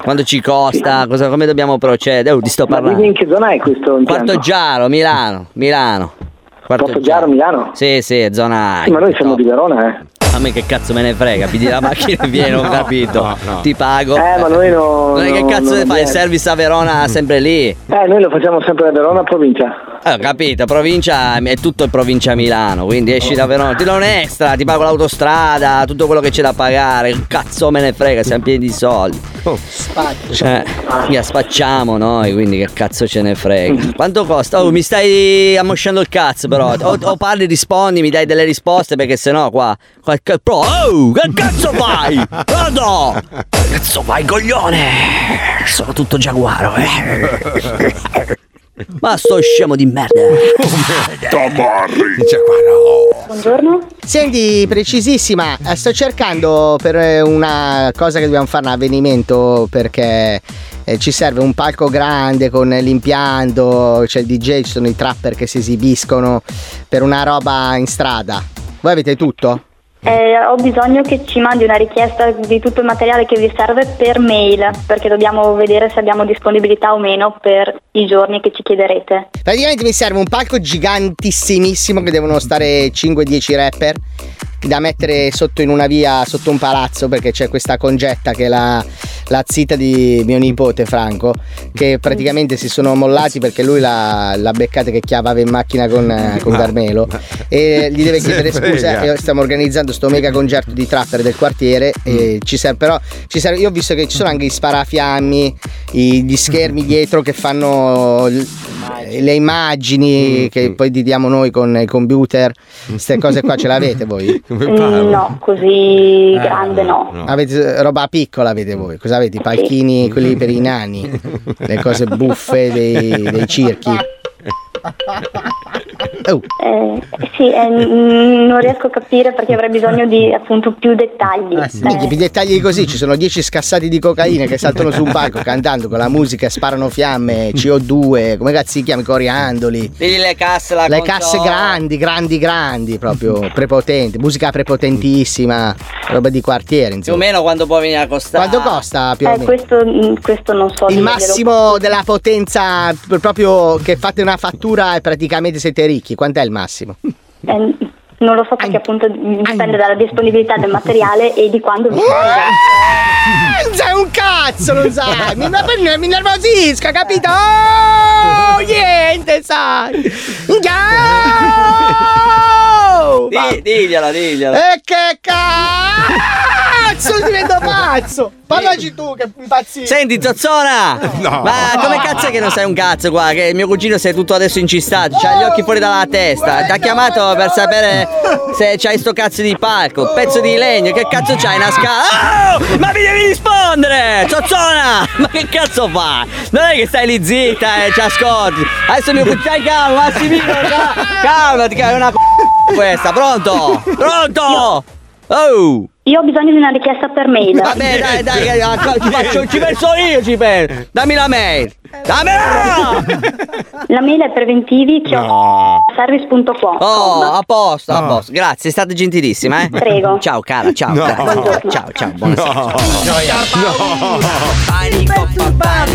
Quanto ci costa, cosa- come dobbiamo procedere? Oh, ti sto Ma parlando. dimmi in che zona è questo impianto? Quarto Giaro, Milano, Milano. Quarto Giaro, Milano? Sì, sì, è zona Sì, ma noi siamo di Verona, eh. a me che cazzo me ne frega, pidi la macchina e vieni, ho No, capito. no, no. Ti pago. Eh, ma noi no- Non è che no- cazzo non ne fai? Il niente. service a Verona sempre lì. Eh, noi lo facciamo sempre a Verona, provincia. Eh, ho capito, provincia è tutto in provincia Milano, quindi esci da Verona, ti do un extra, ti pago l'autostrada, tutto quello che c'è da pagare, che cazzo me ne frega, siamo pieni di soldi. Oh. Cioè, mica spacciamo noi, quindi che cazzo ce ne Mm. frega. Quanto costa? Oh, mi stai ammosciando il cazzo però. O, o parli, rispondi, mi dai delle risposte perché sennò qua... qua ca- pro- oh, che cazzo fai? Vado! Cazzo fai, coglione! Sono tutto giaguaro, eh. Ma sto scemo di merda. Tamarri. Buongiorno. Senti, precisissima, eh, sto cercando per eh, una cosa che dobbiamo fare, un avvenimento, perché eh, ci serve un palco grande con l'impianto, c'è il DJ, ci sono i trapper che si esibiscono per una roba in strada. Voi avete tutto? Eh, ho bisogno che ci mandi una richiesta di tutto il materiale che vi serve per mail, perché dobbiamo vedere se abbiamo disponibilità o meno per i giorni che ci chiederete. Praticamente mi serve un palco gigantissimissimo che devono stare 5-10 rapper da mettere sotto in una via, sotto un palazzo perché c'è questa congetta che è la, la zita di mio nipote Franco che praticamente si sono mollati perché lui l'ha, l'ha beccata che chiavava in macchina con, eh, con Ma- Carmelo e gli deve Se chiedere frega. scusa e stiamo organizzando sto mega concerto di trapper del quartiere e ci serve però ci serve, io ho visto che ci sono anche i sparafiammi i- gli schermi dietro che fanno l- le immagini che poi diamo noi con il computer queste cose qua ce l'avete voi? Mm, No, così Eh, grande Ah, no. Avete roba piccola avete voi? Cosa avete? I palchini, quelli per i nani, le cose buffe dei, dei circhi. Ah, oh. Eh, sì, eh, mm, non riesco a capire perché avrei bisogno di appunto più dettagli. Minchia, più dettagli di così, ci sono 10 scassati di cocaina che saltano su un palco cantando con la musica, sparano fiamme, CO2, come cazzo si chiama? Coriandoli. Digli le casse, la Le console. casse grandi, grandi, grandi, proprio prepotenti, musica prepotentissima, roba di quartiere, Più o insomma. meno quanto può venire a costare? Quanto costa più o Eh, meno? questo, mm, questo non so. Il dirvelo. massimo della potenza p- proprio che fate una fattura e praticamente siete ricchi. Quant'è il massimo? Eh, non lo so perché appunto mm, dipende dalla disponibilità del materiale e di quando vi serve. Eh, Non sai un cazzo, non sai! Mi, mi- mi nervosisca, capito? Oh, niente, sai! Ciao! Oh! Di- digliela, digliela. E che cazzo divento pazzo! Parlaci tu che impazzisco! Senti Zozzona! No. Ma come cazzo è che non sei un cazzo qua? Che mio cugino sei tutto adesso incistato, c'ha gli occhi fuori dalla testa. Ti ha chiamato per sapere se c'hai sto cazzo di palco. Pezzo di legno, che cazzo c'hai? Una scala. Oh! Ma mi devi rispondere! Zozzona! Ma che cazzo fa? Non è che stai lì zitta e ci ascolti. Adesso mio cugino. Stai calmo, Massimino! cal- Calmati, che è una c***a questa, pronto? Pronto? Oh! Io ho bisogno di una richiesta per mail. Vabbè, dai, dai, dai, dai, ci, faccio- ci penso io, ci penso. Dammi la mail. Dammela! La mail è preventivi No. service.com. Oh, a posto, a posto. Grazie, state gentilissima, eh. Prego. Ciao, cara, ciao. No. Grazie. Ciao, ciao, buonasera.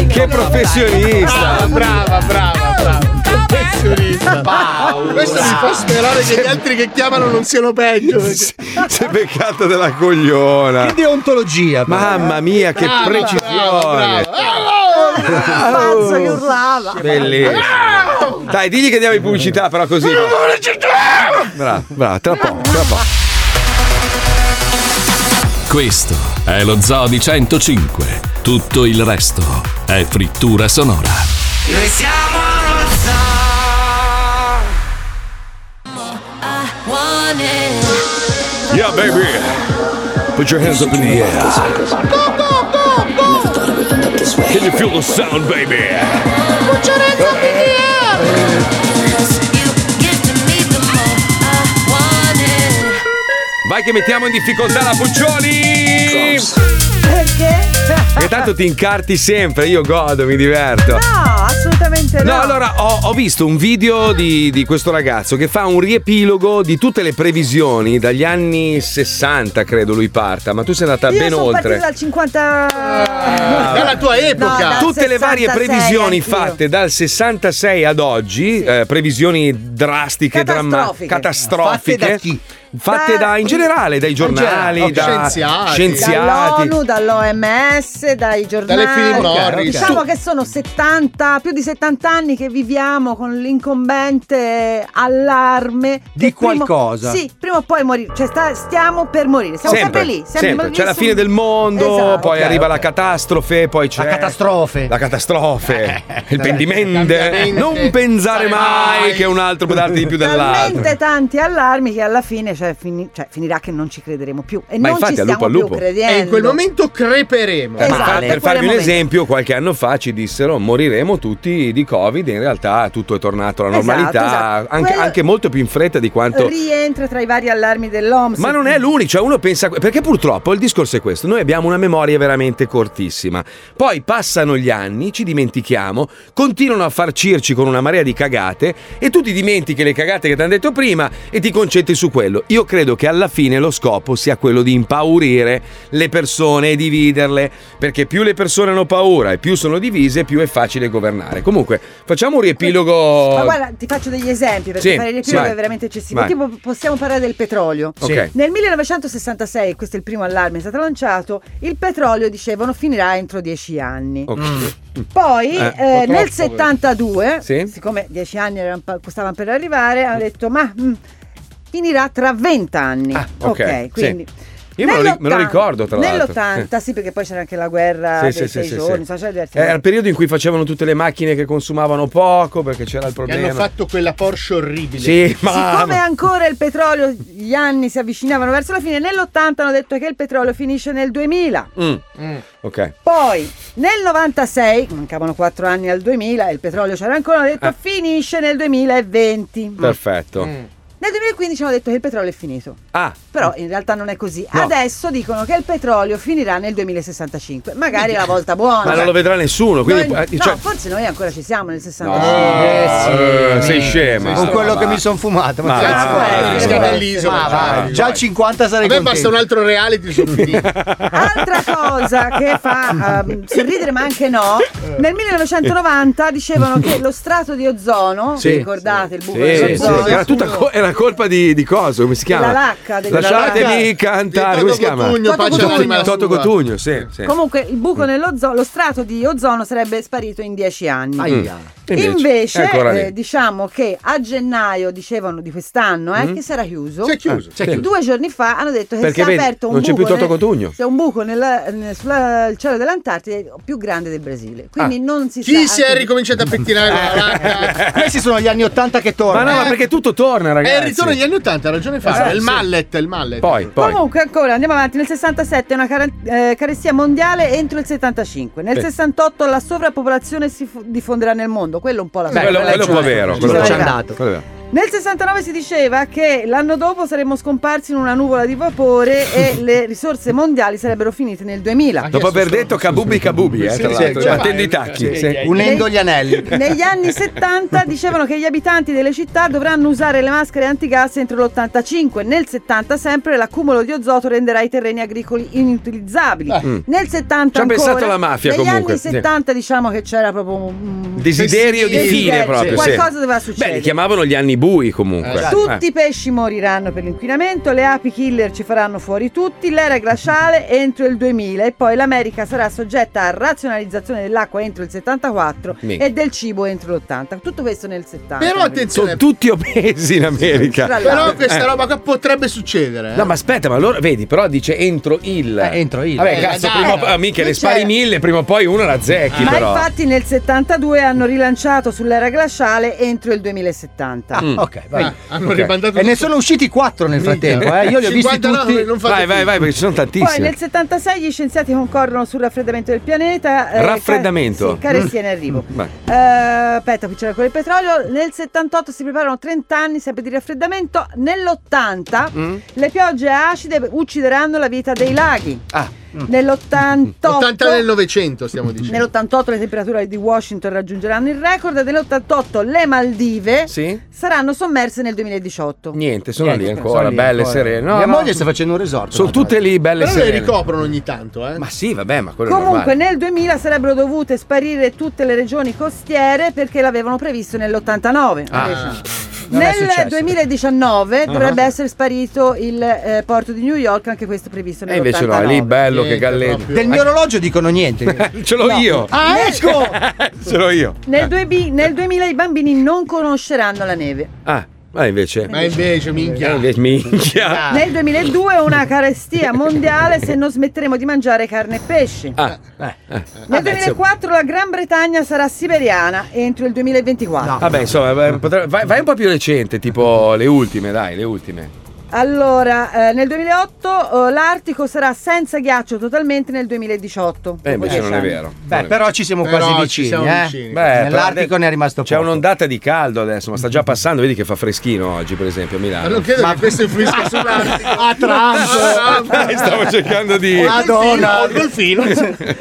Che professionista! Brava, brava, brava. Professionista. Questo mi fa sperare che gli altri che chiamano non siano peggio. perché- Si è beccata della cogliona. Che deontologia. Mamma mia, che Brava, precisione. Pazzo che urlava. Bellissimo. Dai, digli che diamo in pubblicità, però così. Bravo, bravo, tra poco, tra poco. Questo è lo Zoo di 105, Tutto il resto è frittura sonora. Noi siamo Rosa. Yeah, baby. Put your hands up in the air. Can you feel the sound, baby? Put your hands Eh. up in the air. Vai che mettiamo in difficoltà la Puccioli! Perché? Che tanto ti incarti sempre, io godo, mi diverto. No, assolutamente no. No, allora ho, ho visto un video di, di questo ragazzo che fa un riepilogo di tutte le previsioni dagli anni 60, credo lui parta, ma tu sei andata Io ben sono oltre. partita dal 50 Dalla Ah. tua epoca. Tutte le varie previsioni fatte dal 66 ad oggi, eh, previsioni drastiche, Catastrofiche. drammatiche, catastrofiche. Fatte da chi? Fatte da- in generale, dai giornali, Ok. da Scienziati. scienziati. dall'ONU, dall'OMS, dai giornali. Philip Morris. Diciamo Tu- che sono 70, più di 70 anni che viviamo con l'incombente allarme Di che prima- qualcosa. sì, prima o poi morire, cioè sta- stiamo per morire, siamo sempre, lì, sempre sempre. c'è la nessun- fine del mondo, Esatto. poi Ok, arriva ok. la catastrofe, poi c'è la catastrofe, Eh, la catastrofe, il pentimento, cambiamento. non pensare mai che un altro può darti di più dell'altro. Talmente tanti allarmi che alla fine cioè, fini- cioè, finirà che non ci crederemo più e Ma non infatti, ci al lupo stiamo al lupo. più credendo. E in quel momento creperemo. Ma fa- Eh, per farvi un momento. esempio, qualche anno fa ci dissero moriremo tutti di Covid, in realtà tutto è tornato alla Esatto, normalità, esatto. Anche, Quello- anche molto più in fretta di quanto... rientra tra i vari allarmi dell'OMS. Ma non è l'unico, cioè uno pensa. Perché purtroppo il discorso è questo: noi abbiamo una memoria veramente cortissima. Poi passano gli anni, ci dimentichiamo, continuano a farcirci con una marea di cagate e tu ti dimentichi le cagate che ti hanno detto prima e ti concentri su quello. Io credo che alla fine lo scopo sia quello di impaurire le persone e dividerle. Perché più le persone hanno paura e più sono divise, più è facile governare. Comunque, facciamo un riepilogo. Ma guarda, ti faccio degli esempi perché Sì, fare sì, il riepilogo vai. è veramente eccessivo. Vai. Tipo, possiamo parlare del petrolio. Sì. Ok. Nel 1966, questo è il primo allarme, è stato lanciato, il petrolio, dicevano, finirà entro dieci anni. Mm. Ok. Poi Eh, eh, purtroppo, nel 72, Sì. siccome dieci anni erano pa- costavano per arrivare, hanno detto ma mm, finirà tra 20 anni. Ah, ok, quindi... sì. Io me lo ri- me lo nell'80 ricordo, tra l'altro. Nell'80, sì, perché poi c'era anche la guerra Sì, dei sì, sì, sei sì, giorni, cioè, sì. Eh, insomma, c'era diversi Era il periodo in cui facevano tutte le macchine che consumavano poco perché c'era il Che problema. hanno fatto quella Porsche orribile. Sì, ma Siccome ancora il petrolio, gli anni si avvicinavano verso la fine, nell'80 hanno detto che il petrolio finisce nel 2000. Mm. Ok. Poi nel 96, mancavano 4 anni al 2000 e il petrolio c'era ancora, hanno detto Eh. finisce nel 2020. Perfetto. Mm. Nel 2015 hanno detto che il petrolio è finito. Ah. Però in realtà non è così. No. Adesso dicono che il petrolio finirà nel 2065. Magari è la volta buona. Ma non lo vedrà nessuno, quindi Noi- eh, cioè- no, forse noi ancora ci siamo nel 65. Eh, sei scema. Con quello che mi sono fumato, ma che cazzo è? Esca dall'isola, Ma va, vai. già 50 sarei A me contento. basta un altro reality su Altra cosa che fa ehm, sorridere ma anche no, Eh. nel 1990 dicevano che lo strato di ozono, Sì. vi ricordate il buco Sì, sì, dell'ozono? era tutta co- era colpa di, di coso, come si chiama? Della lacca, della Lasciatemi lacca. cantare, Di come Toto si chiama? Cotugno, Toto faccia Cotugno. l'anima Toto sua. Cotugno, Eh. sì, sì. Comunque il Mm. buco nell'ozono, lo strato di ozono sarebbe sparito in 10 anni. Aia. Mm. Invece, Invece, è ancora lì. eh, diciamo che a gennaio dicevano di quest'anno eh, Mm. che sarà chiuso. Si è chiuso. Ah, si è chiuso. Due giorni fa hanno detto che Perché si è vedi, aperto un non c'è buco più Toto nel- Cotugno. c'è un buco nella- nel- sulla- il cielo dell'Antartide più grande del Brasile. Quindi Ah. non si Chi sa si è anche- ricominciato a pettinare la lacca? Eh, Questi sono gli anni 80 che Ma tornano. no, ma perché tutto torna, ragazzi. È il Eh, ritorno agli anni 80, ha ragione Fabio. Esatto, È il sì. mallet, è il mallet. Poi, poi. Comunque ancora andiamo avanti, nel 67 una cara- eh, carestia mondiale entro il 75, nel Sì. 68 la sovrappopolazione si fu- diffonderà nel mondo, quello un po' la quello, quella quello ci- è vero. ci quello sarà è arrivato. vero. Quello è vero. Nel 69 si diceva che l'anno dopo saremmo scomparsi in una nuvola di vapore e le risorse mondiali sarebbero finite nel 2000. Dopo aver detto cabubi cabubi, eh, Sì, tra sì, l'altro, sì, battendo sì. i tacchi. Sì, sì. sì. Unendo gli anelli. Negli anni 70 dicevano che gli abitanti delle città dovranno usare le maschere antigas entro l'85. Nel 70 sempre l'accumulo di ozoto renderà i terreni agricoli inutilizzabili. Mm. Nel 70 Ci ha ancora, pensato la mafia, negli comunque, anni sì. 70 diciamo che c'era proprio un Desiderio di Desiderio, fine sì. proprio. sì. Qualcosa doveva Beh, succedere. li chiamavano gli anni anni bui comunque. Eh, Esatto. Tutti i pesci moriranno per l'inquinamento, le api killer ci faranno fuori tutti, l'era glaciale entro il 2000 e poi l'America sarà soggetta a razionalizzazione dell'acqua entro il 74 Minchia. e del cibo entro l'80. Tutto questo nel 70. Però attenzione, Sono tutti obesi in America. Tra l'altro. Però questa Eh. roba qua potrebbe succedere. eh. No, ma aspetta, ma allora vedi, però dice entro il. entro il. Vabbè, Eh, cazzo, dai. prima o poi- ah, minchia, ne Che spari c'è? mille, prima o poi uno la zecchi, Ma però. infatti nel 72 hanno rilanciato sull'era glaciale entro il Ah, 2070. Mm. ok, vai. Ah, hanno Ok. ribandato E ne sono usciti quattro nel frattempo, eh. Io li ho visti 59, tutti. non Vai, vai, vai, perché ci sono Poi tantissime. nel 76 gli scienziati concorrono sul raffreddamento del pianeta. eh, Raffreddamento. Mm, ca- sì, carestia in arrivo. Ma- Eh, aspetta, qui c'era quello del petrolio. Nel 78 si preparano 30 anni sempre di raffreddamento. Nell'80 Mm. le piogge acide uccideranno la vita dei laghi. Ah. Nell'88 80 nel 900 stiamo dicendo. Nell'88 le temperature di Washington raggiungeranno il record, nell'88 le Maldive Sì. saranno sommerse nel 2018. Niente, sono Niente, lì sono ancora, lì belle ancora. serene. No, Mia no. moglie sta facendo un resort. Sono tutte lì, belle Però le serene. ricoprono ogni tanto, eh. Ma sì, vabbè, ma quello Comunque è normale. nel 2000 sarebbero dovute sparire tutte le regioni costiere perché l'avevano previsto nell'89. Ah. Non è Nel successo. 2019 Ah. dovrebbe essere sparito il eh, porto di New York, anche questo previsto nell'89. E invece no, è lì bello che galleggia. Del mio orologio dicono niente. Ce l'ho io. Eh, Ah, ecco! Ce l'ho io. Nel, 2B nel 2000 i bambini non conosceranno la neve. Ah, ma invece. Ma invece, minchia. Eh, invece- minchia. Nel 2002 una carestia mondiale se non smetteremo di mangiare carne e pesce. Ah, eh, eh. Nel Vabbè, insomma. 2004 la Gran Bretagna sarà siberiana entro il 2024. Vabbè, insomma, vai- potrà- vai, vai un po' più recente, tipo le ultime, dai, le ultime. Allora, eh, nel 2008 eh, l'Artico sarà senza ghiaccio totalmente nel 2018. Eh, invece Dopo non è dieci vero. Esatto. Beh, però ci siamo Però quasi ci vicini, siamo eh. vicini. Beh, Nell'Artico però- ne è rimasto C'è poco. un'ondata di caldo adesso, ma sta già passando, vedi che fa freschino oggi, per esempio, a Ma Milano. non credo che questo influisca sull'artico. Ah, Trump. Dai, Stavo cercando di. Madonna. Col filo.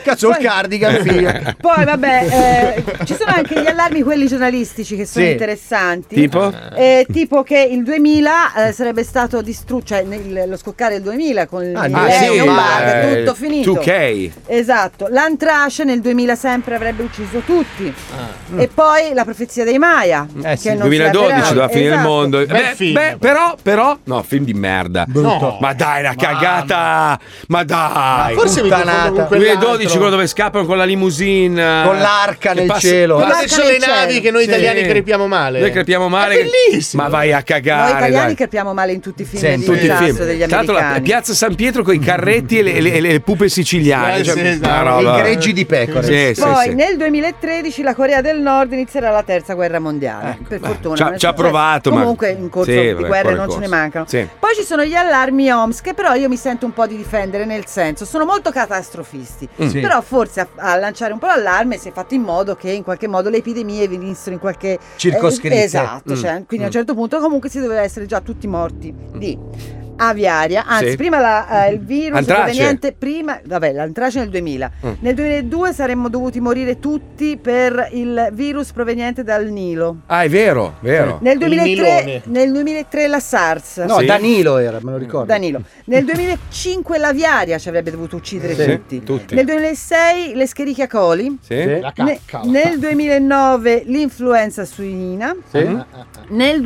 Cazzo, il cardigan, figa. anni. Poi vabbè, eh, ci sono anche gli allarmi quelli giornalistici che sono Sì. interessanti. Tipo? Eh, tipo che il 2000 eh, sarebbe stato distrutto, cioè nel- lo scoccare del 2000 con il Ah, millennium bug, eh, tutto finito. 2K. Esatto, l'antrace nel 2000 sempre avrebbe ucciso tutti. Ah. Mm. E poi la profezia dei Maya. che Il non si 2012 doveva avvererà. finire il Esatto. mondo. Beh, beh, però, però, no, film di merda. Brutto. Ma dai, una cagata. Ma dai. Ma forse mi confondo con Puttanata. quell'altro. 2012, quello dove scappano con la limousine. Con l'arca Che nel cielo. Con Con l'arca l'arca sono nel le navi cielo. che noi Sì. italiani crepiamo male. Noi crepiamo male. È bellissimo. Ma vai a Noi cagare. italiani dai. crepiamo male in tutti i film Sì, in di tutti i disastro film. degli Tra l'altro, la americani. piazza San Pietro con i carretti e le, le- le- le pupe siciliane. Eh, cioè, sì, una no, roba- i greggi di pecore. Eh, Sì, sì, Poi sì. nel 2013 la Corea del Nord inizierà la terza guerra mondiale. per fortuna. Ecco, Ci ha- non è ci ha successo. provato, ma- Comunque in corso Sì, di vabbè, guerre ancora non in ce ne corso. mancano. Sì. Poi ci sono gli allarmi OMS che però io mi sento un po' di difendere nel senso sono molto catastrofisti. Mm. Sì. Però forse a, a lanciare un po' l'allarme si è fatto in modo che in qualche modo le epidemie venissero in qualche Circoscritte. eh, esatto, Mm. cioè, quindi a Mm. un certo punto comunque si doveva essere già tutti morti di aviaria, anzi Mm. Sì. prima la- eh, il virus Antrace. proveniente prima, vabbè, l'antrace nel 2000. Mm. Nel 2002 saremmo dovuti morire tutti per il virus proveniente dal Nilo. Ah, è vero, vero. Nel Nilone. 2003, nel 2003 la SARS. No, Danilo era, me lo ricordo. Danilo. Nel 2005 l'aviaria ci avrebbe dovuto uccidere Sì, tutti. tutti. Nel 2006 l'Escherichia coli. Sì. La Ne- nel 2009 l'influenza suina. Mm? Ah. Nel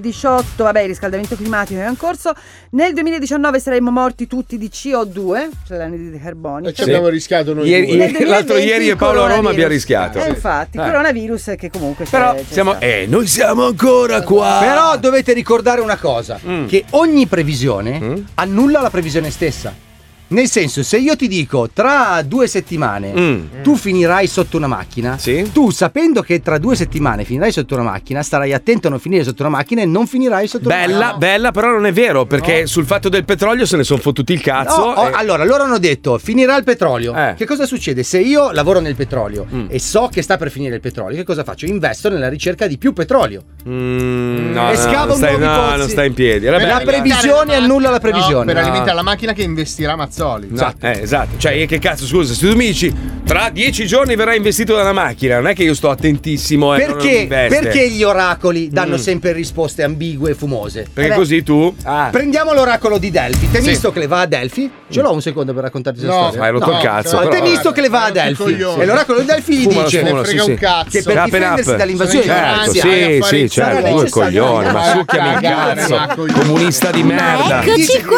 2018, vabbè, il riscaldamento climatico era in corso. Nel 2019 saremmo morti tutti di CO2, cioè l'anidride carbonica. E ci abbiamo rischiato noi Ieri- due. ieri- l'altro ieri il e Paolo Roma coronavirus. abbiamo rischiato. Eh, infatti, Eh. coronavirus che comunque c'è- Però c'è siamo. Eh, noi siamo ancora qua. Però dovete ricordare una cosa, Mm. che ogni previsione annulla la previsione stessa. Nel senso, se io ti dico tra due settimane Mm. tu finirai sotto una macchina, tu sapendo che tra due settimane finirai sotto una macchina, starai attento a non finire sotto una macchina e non finirai sotto una macchina. Bella, bella, però non è vero, perché sul fatto del petrolio se ne sono fottuti il cazzo. No, oh, e- Allora, loro hanno detto finirà il petrolio. Eh. Che cosa succede? Se io lavoro nel petrolio Mm. e so che sta per finire il petrolio, che cosa faccio? Investo nella ricerca di più petrolio. Mm, no, E no, scava non un stai, nuovi no, pozzi. non sta in piedi. Era La bella. previsione annulla la previsione. per No. alimentare la macchina che investirà Mazzoli. No, eh, esatto. Cioè, che cazzo, scusa, se tu mi dici tra dieci giorni verrai investito da una macchina, non è che io sto attentissimo. eh, non mi Perché, investe. perché gli oracoli danno Mm. sempre risposte ambigue e fumose? Perché Eh beh, così tu. Prendiamo l'oracolo di Delfi. Temistocle Sì. va a Delfi. Ce l'ho un secondo per raccontarti questa No, storia. hai rotto il cazzo, però. Temistocle va a Rotti i Delfi. coglioni. E l'oracolo di Delfi gli Fumalo, dice fumalo, sì, che sì. che per Up and difendersi up. dall'invasione di certo, Francia sì, sarà sì, necessario certo, tu il andare coglione, a ma cagare, succhiami il cagare, cazzo, ma coglione. comunista di merda. Eccoci qua!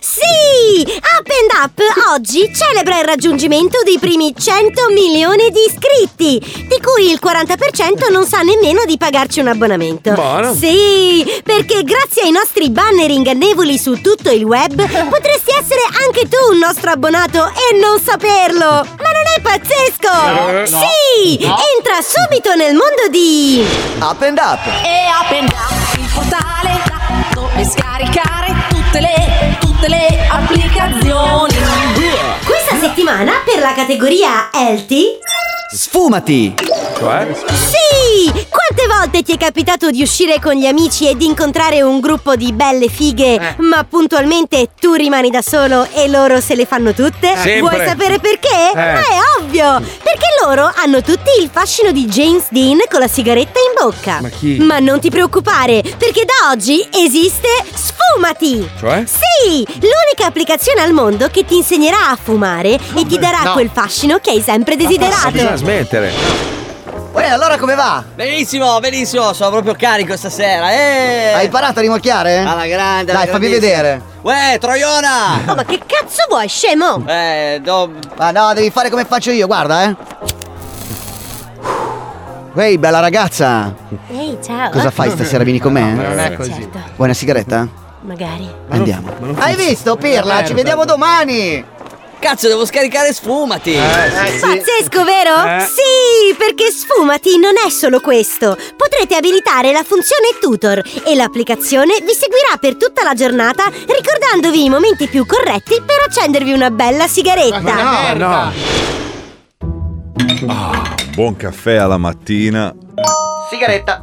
Sì! Up and Up oggi celebra il raggiungimento dei primi 100 milioni di iscritti, di cui il 40% non sa nemmeno di pagarci un abbonamento. Buono. Sì! Perché grazie ai nostri banner ingannevoli su tutto il web potresti essere anche tu un nostro abbonato e non saperlo! Ma non è pazzesco! No, no. sì! No. Entra subito nel mondo di Up and Up! E Up and Up, il portale dove scaricare tutte le, tutte le applicazioni. Questa settimana per la categoria Elti Sfumati! Cioè? Sì! Quante volte ti è capitato di uscire con gli amici e di incontrare un gruppo di belle fighe, Eh. ma puntualmente tu rimani da solo e loro se le fanno tutte? Eh. Sempre. Vuoi sapere perché? Eh. Ma è ovvio! Perché loro hanno tutti il fascino di James Dean con la sigaretta in bocca. Ma chi? Ma non ti preoccupare, perché da oggi esiste Sfumati! Cioè? Sì! L'unica applicazione al mondo che ti insegnerà a fumare e ti darà no. quel fascino che hai sempre desiderato. Bisogna smettere. Uè, allora come va? Benissimo, benissimo, sono proprio carico stasera. Eh. Hai imparato a rimorchiare? Alla grande, Dai, alla fammi grandissima. vedere. Uè, Troiona! Oh, ma che cazzo vuoi, scemo? Eh, do... Ma no, devi fare come faccio io, guarda, eh. Uè, bella ragazza. Ehi, ciao. Cosa fai stasera? Vieni con me? Non è così. Certo, Vuoi una sigaretta? magari. Andiamo. Hai visto, Pirla? Ci vediamo domani! Cazzo, devo scaricare sfumati! Eh, Pazzesco, vero? Eh. Sì, perché Sfumati non è solo questo. Potrete abilitare la funzione tutor e l'applicazione vi seguirà per tutta la giornata ricordandovi i momenti più corretti per accendervi una bella sigaretta. no. Ah, buon caffè alla mattina. Ah, Sigaretta.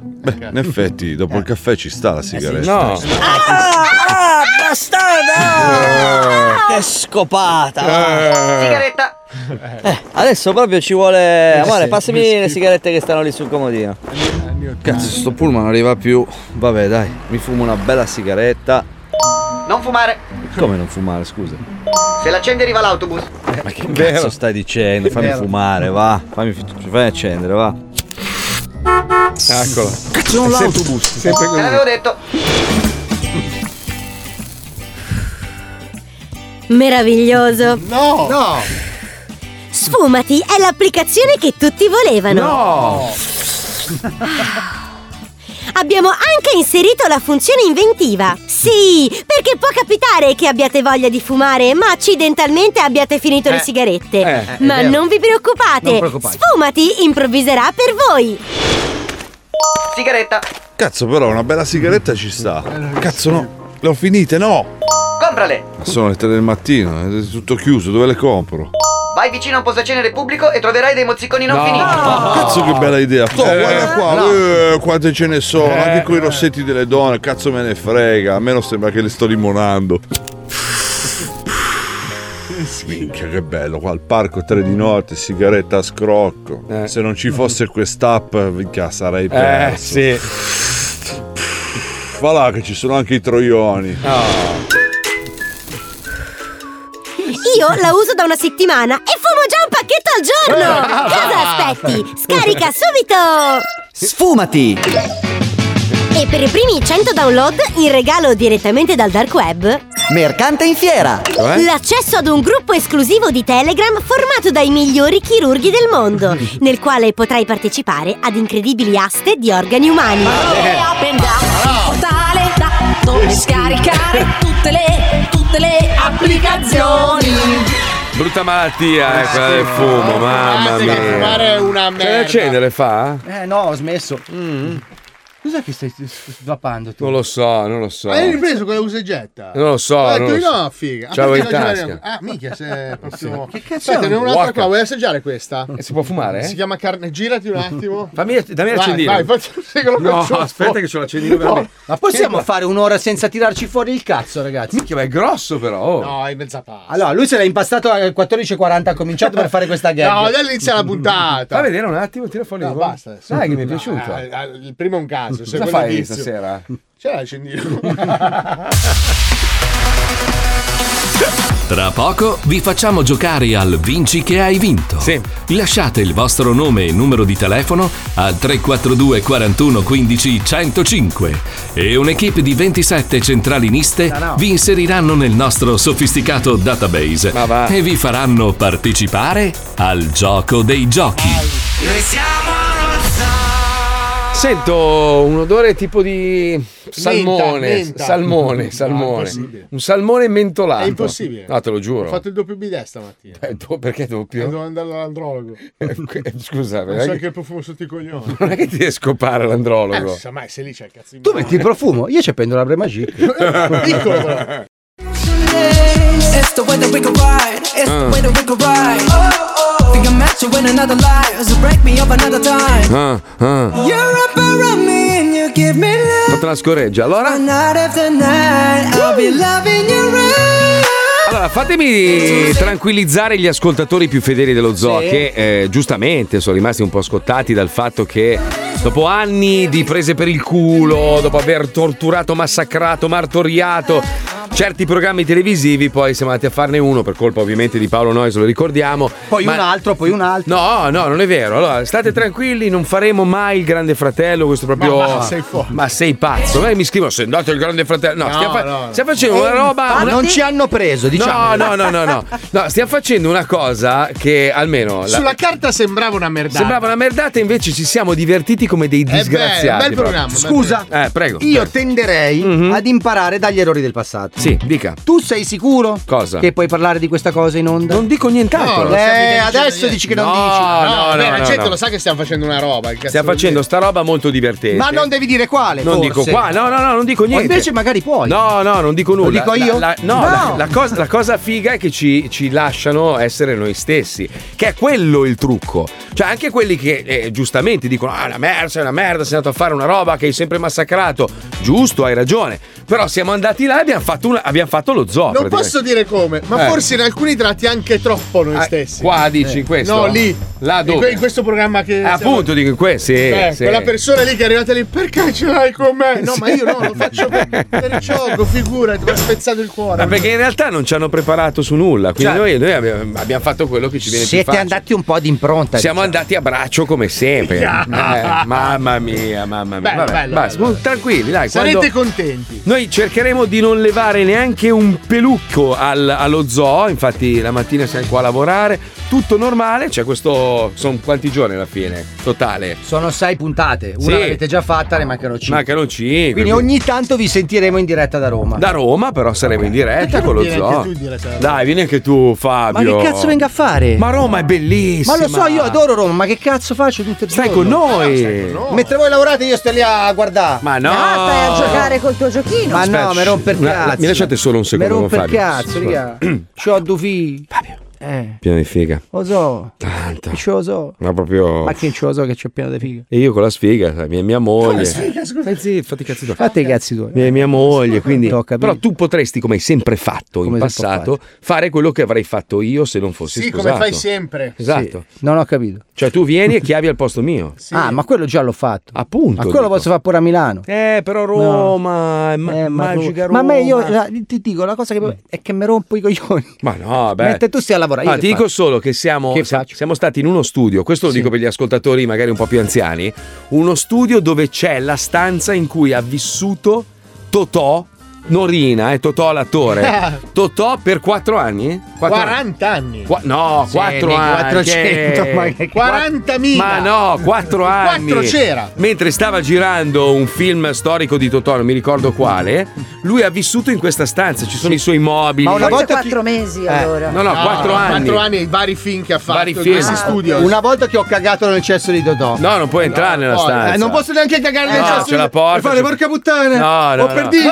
Beh, in effetti, dopo il caffè ci sta la sigaretta. No. Ah, bastarda! Eh. Eh Che scopata! Eh. Sigaretta. Eh, adesso proprio ci vuole... Amore, sì, passami le sigarette che stanno lì sul comodino. Cazzo, sto pullman non arriva più. Vabbè, dai, mi fumo una bella sigaretta. Non fumare. Come non fumare, scusa? Se l'accendi arriva l'autobus. Ma che cazzo stai dicendo? Fammi Vero. fumare, va. Fammi, fammi accendere, va. Eccola. Cazzo, non l'autobus. Sempre Te l'avevo detto. Meraviglioso. No! No! Sfumati è l'applicazione che tutti volevano. No! Abbiamo anche inserito la funzione inventiva. Sì, perché può capitare che abbiate voglia di fumare, ma accidentalmente abbiate finito Eh, le sigarette. eh, è ma vero. non vi preoccupate, Non preoccupate. Sfumati improvviserà per voi. Sigaretta. Cazzo, però, una bella sigaretta ci sta. Cazzo, no. Le ho finite, no. Comprale. Ma sono le 3 del mattino, è tutto chiuso, dove le compro? Vai vicino a un posacenere pubblico e troverai dei mozziconi non finiti. Cazzo che bella idea. Oh, Eh, guarda qua, no. eh, quante ce ne sono, Eh, anche con i rossetti delle donne, cazzo me ne frega, a me non sembra che le sto limonando. Minchia che bello, qua al parco 3 di notte, sigaretta a scrocco. Eh. Se non ci fosse quest'app, minchia, sarei Eh, perso. sì. Va là che ci sono anche i troioni. Ah. Io la uso da una settimana e fumo già un pacchetto al giorno. Eh. Brava! Cosa aspetti? Scarica subito! Sfumati. E per i primi 100 download, in regalo direttamente dal dark web. Mercante in fiera. L'accesso ad un gruppo esclusivo di Telegram formato dai migliori chirurghi del mondo, nel quale potrai partecipare ad incredibili aste di organi umani. E Up and Eh. Up, il portale da dove scaricare tutte le, tutte le applicazioni. Brutta malattia, eh, quella del fumo, mamma Guardate che mia. fumare è una C'è da merda. accendere, fa? Eh no, ho smesso. Cos'è che stai svapando tu? Non lo so, non lo so. Hai ripreso quella usegetta? Non lo so, Ho non detto lo di so. no, figa. Ce l'avevo in perché non ce tasca. l'hai- Ah, minchia, se è proprio... Che cazzo Aspetta, è ne ho un un'altra wok? qua, vuoi assaggiare questa? Mm. Si può fumare? Si chiama carne... Girati un attimo. Fammi, dammi Vai, l'accendino. Vai, faccio se lo No, faccio. aspetta che c'ho l'accendino per me. Ma possiamo Che- fare un'ora senza tirarci fuori il cazzo, ragazzi? Minchia, ma è grosso però. oh. No, è mezza palla. Allora, lui se l'ha impastato alle 14.40, ha cominciato per fare questa gag. No, adesso inizia la puntata. Fa vedere un attimo, tira fuori No, il volo. basta. adesso. Dai, che mi è No, piaciuto. eh, eh, il primo è un caso, il Cosa secondo è un fai vizio. stasera? C'è l'accendino. Tra poco vi facciamo giocare al Vinci che hai vinto. Sì. Lasciate il vostro nome e numero di telefono al 342 41 15 105 e un'equipe di 27 centraliniste vi inseriranno nel nostro sofisticato database e vi faranno partecipare al gioco dei giochi. Sento un odore tipo di salmone, menta. Ah, salmone, salmone. impossibile. un salmone mentolato. È impossibile. No, te lo giuro. Ho fatto il doppio bidè stamattina. Eh, do- perché doppio? Eh, Devo andare all'andrologo. Scusa, Non so non, anche il profumo sotto i coglioni. non è che ti devi Eh, scopare non l'andrologo. si sa mai se lì c'è il cazzo di Tu metti il profumo, io ci prendo la Bremagic. Piccolo però. It's the way that we can ride. It's the way that we can ride. Oh, oh. Think I met you in another life. So break me up another time. Ah, ah. You're up around me and you give me love. Fatta la scoreggia. Allora, Night after night, I'll be loving you right. Allora, fatemi tranquillizzare gli ascoltatori più fedeli dello zoo Sì. che eh, giustamente sono rimasti un po' scottati dal fatto che dopo anni di prese per il culo, dopo aver torturato, massacrato, martoriato certi programmi televisivi, poi siamo andati a farne uno per colpa ovviamente di Paolo Nois, lo ricordiamo. Poi ma- un altro, poi un altro. No, no, non è vero. Allora, state tranquilli, non faremo mai il Grande Fratello, questo proprio. Ma- ma sei fuori. Ma sei pazzo. Noi mi scrivono, se andate il Grande Fratello. No, No, stiamo, fa- no, no. stiamo facendo E una roba. infatti- Non ci hanno preso, diciamo. No, no, no, no, no. No, stiamo facendo una cosa che almeno. la- Sulla carta sembrava una merdata. Sembrava una merdata, invece ci siamo divertiti come dei bello, disgraziati. Eh bel programma, bel Scusa, Eh, prego. Io prego. tenderei ad imparare dagli errori del passato. Sì, dica. Tu sei sicuro Cosa? che puoi parlare di questa cosa in onda? Non dico nient'altro. No, non stiamo eh, dicendo adesso niente. dici che non No, dici. no, beh, no, Raccetto no. lo sa che stiamo facendo una roba. il cazzo Stiamo vuol facendo sta roba molto divertente. Ma non devi dire quale. Non forse. dico qua, no, no, no, non dico O niente. invece magari puoi. No, no, non dico Lo nulla. dico La- io? la- no, No. La, la cosa, la cosa figa è che ci, ci lasciano essere noi stessi, che è quello il trucco. Cioè, anche quelli che eh, giustamente dicono: Ah, è una merda, sei una merda, sei andato a fare una roba che hai sempre massacrato. Giusto, hai ragione. Però siamo andati là e abbiamo fatto, una- abbiamo fatto lo zoo. Non praticamente. posso dire come, ma Eh. Ah, forse in alcuni tratti anche troppo noi stessi. Eh. qua dici, in questo? No, lì. Là In dove? que- In questo programma che. Eh, siamo- appunto, dico questo. Sì, Eh, sì. Quella persona lì che è arrivata lì, perché ce l'hai con me? No, ma io no, lo faccio per, per il gioco, figurati, mi ha spezzato il cuore. Ma perché in realtà non ci hanno preparato su nulla, quindi Cioè, noi, noi abbiamo, abbiamo fatto quello che ci viene più Siete facile. andati un po' d'impronta. Siamo andati a braccio come sempre. Yeah. Eh, mamma mia, mamma mia. Bello, Vabbè, bello, basta, tranquilli, dai. Sarete quando- contenti. Noi cercheremo di non levare neanche un pelucco al- allo zoo, infatti la mattina siamo qua a lavorare, tutto normale, c'è questo... sono quanti giorni alla fine? Totale. Sono sei puntate, una Sì. l'avete già fatta, ne mancano cinque. Mancano 5. Quindi ogni tanto vi sentiremo in diretta da Roma. Da Roma però saremo in diretta Perché non con lo vieni zoo. anche tu in diretta da Dai, vieni anche tu Fabio. Ma che cazzo venga a fare? Ma Roma è bellissima. Ma lo so, io adoro Roma, ma che cazzo faccio tutto il Stai giorno? con noi. Mentre voi lavorate io sto lì a guardare. Ma no. Ah, stai a giocare col tuo giochino. Ma no, mi romper Una- cazzo. mi lasciate solo un secondo Mi con romper Oh, Fabio. cazzo, raga. C'ho due figli. Fabio. Eh, Pieno di figa. lo so. Ce lo so. Ma proprio. Ma che ce lo so che c'è pieno di figa. E io con la sfiga, sai, mia, mia moglie. Stai zitto, fatti i cazzi tuoi. Fate i cazzi tuoi. Mia, mia moglie, quindi. Tocca a me. Però tu potresti, come hai sempre fatto in Come sempre ho passato, fare quello che avrei fatto io se non fossi Sì, sposato. come fai sempre. Esatto. Non ho capito. Cioè, tu vieni e chiavi al posto mio. Ah, ma quello già l'ho fatto. Ma Appunto. quello lo posso fare pure a Milano. Eh, Eh, però Roma, è ma- magica Ma a me io Roma. la- ti dico la cosa che è che mi rompo i coglioni. Ma no, beh. Mentre tu stai a lavorare, io Ah, che ti dico faccio? solo che siamo, siamo- siamo stati in uno studio, questo lo dico per gli ascoltatori magari un po' più anziani, uno studio dove c'è la stanza in cui ha vissuto Totò Norina e Totò l'attore. Totò per 4 anni? Quattro anni? 40 anni. Qua- no, Sì, 4 mica anni. 400, ma che- 40.000. Ma no, 4 anni. Quattro c'era. Mentre stava girando un film storico di Totò, non mi ricordo quale, lui ha vissuto in questa stanza, ci sono i suoi mobili. Ma una volta 4 mesi allora. Eh. No, no, 4 anni. Quattro anni e i vari film che ha fatto. Vari di film. Questi studio. Una volta che ho cagato nel cesso di Dodò. No, non puoi entrare nella poi, stanza. eh, non posso neanche cagare nel No, cesso. c'è la porta, E fare c'è- porca puttana. No, no, Ho no. perdinci.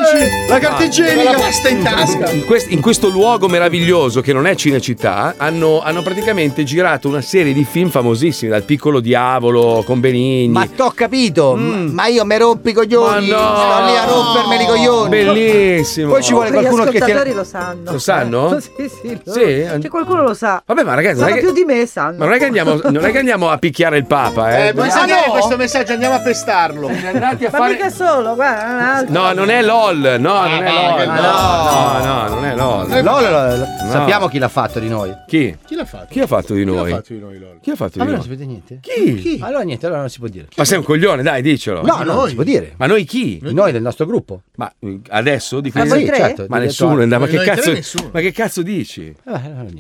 la carta no. igienica. Con la pasta in tasca. In, quest- in questo luogo meraviglioso che non è Cinecittà, hanno, hanno praticamente girato una serie di film famosissimi, dal piccolo diavolo con Benigni. Mm. Ma t'ho capito, ma- ma io mi rompi i coglioni, Ma no. sto lì a rompermi i coglioni. Bellissimo. Poi ci vuole qualcuno Gli che ascoltatori tiene- lo sanno. Lo sanno? Sì, sì. lo- Sì? Cioè, qualcuno lo sa. Vabbè, ma ragazzi, non Sanno è, più che, di me, sanno. ma non è che andiamo, non è che andiamo a picchiare il Papa, eh? Eh, puoi segnare questo messaggio, andiamo a pestarlo. Andati Ma mica solo, guarda, un altro. No, non è LOL, Eh, no, non Eh, è Ah, LOL. no. No, no, non è LOL. LOL, LOL. No. Sappiamo chi l'ha fatto di noi. Chi? Chi l'ha fatto? Chi ha fatto di noi? fatto di noi, LOL? Chi ha fatto Ah, di ma non noi? si vede niente? Chi? Allora niente, allora non si può dire. Ma sei un coglione, dai, dicelo. No, no, non si può dire. Ma noi chi? Noi del nostro gruppo. Ma eh, adesso di Ah, questo- sì, certo, ma di nessuno, detto- ma che Noi tre cazzo? nessuno. Ma che cazzo dici?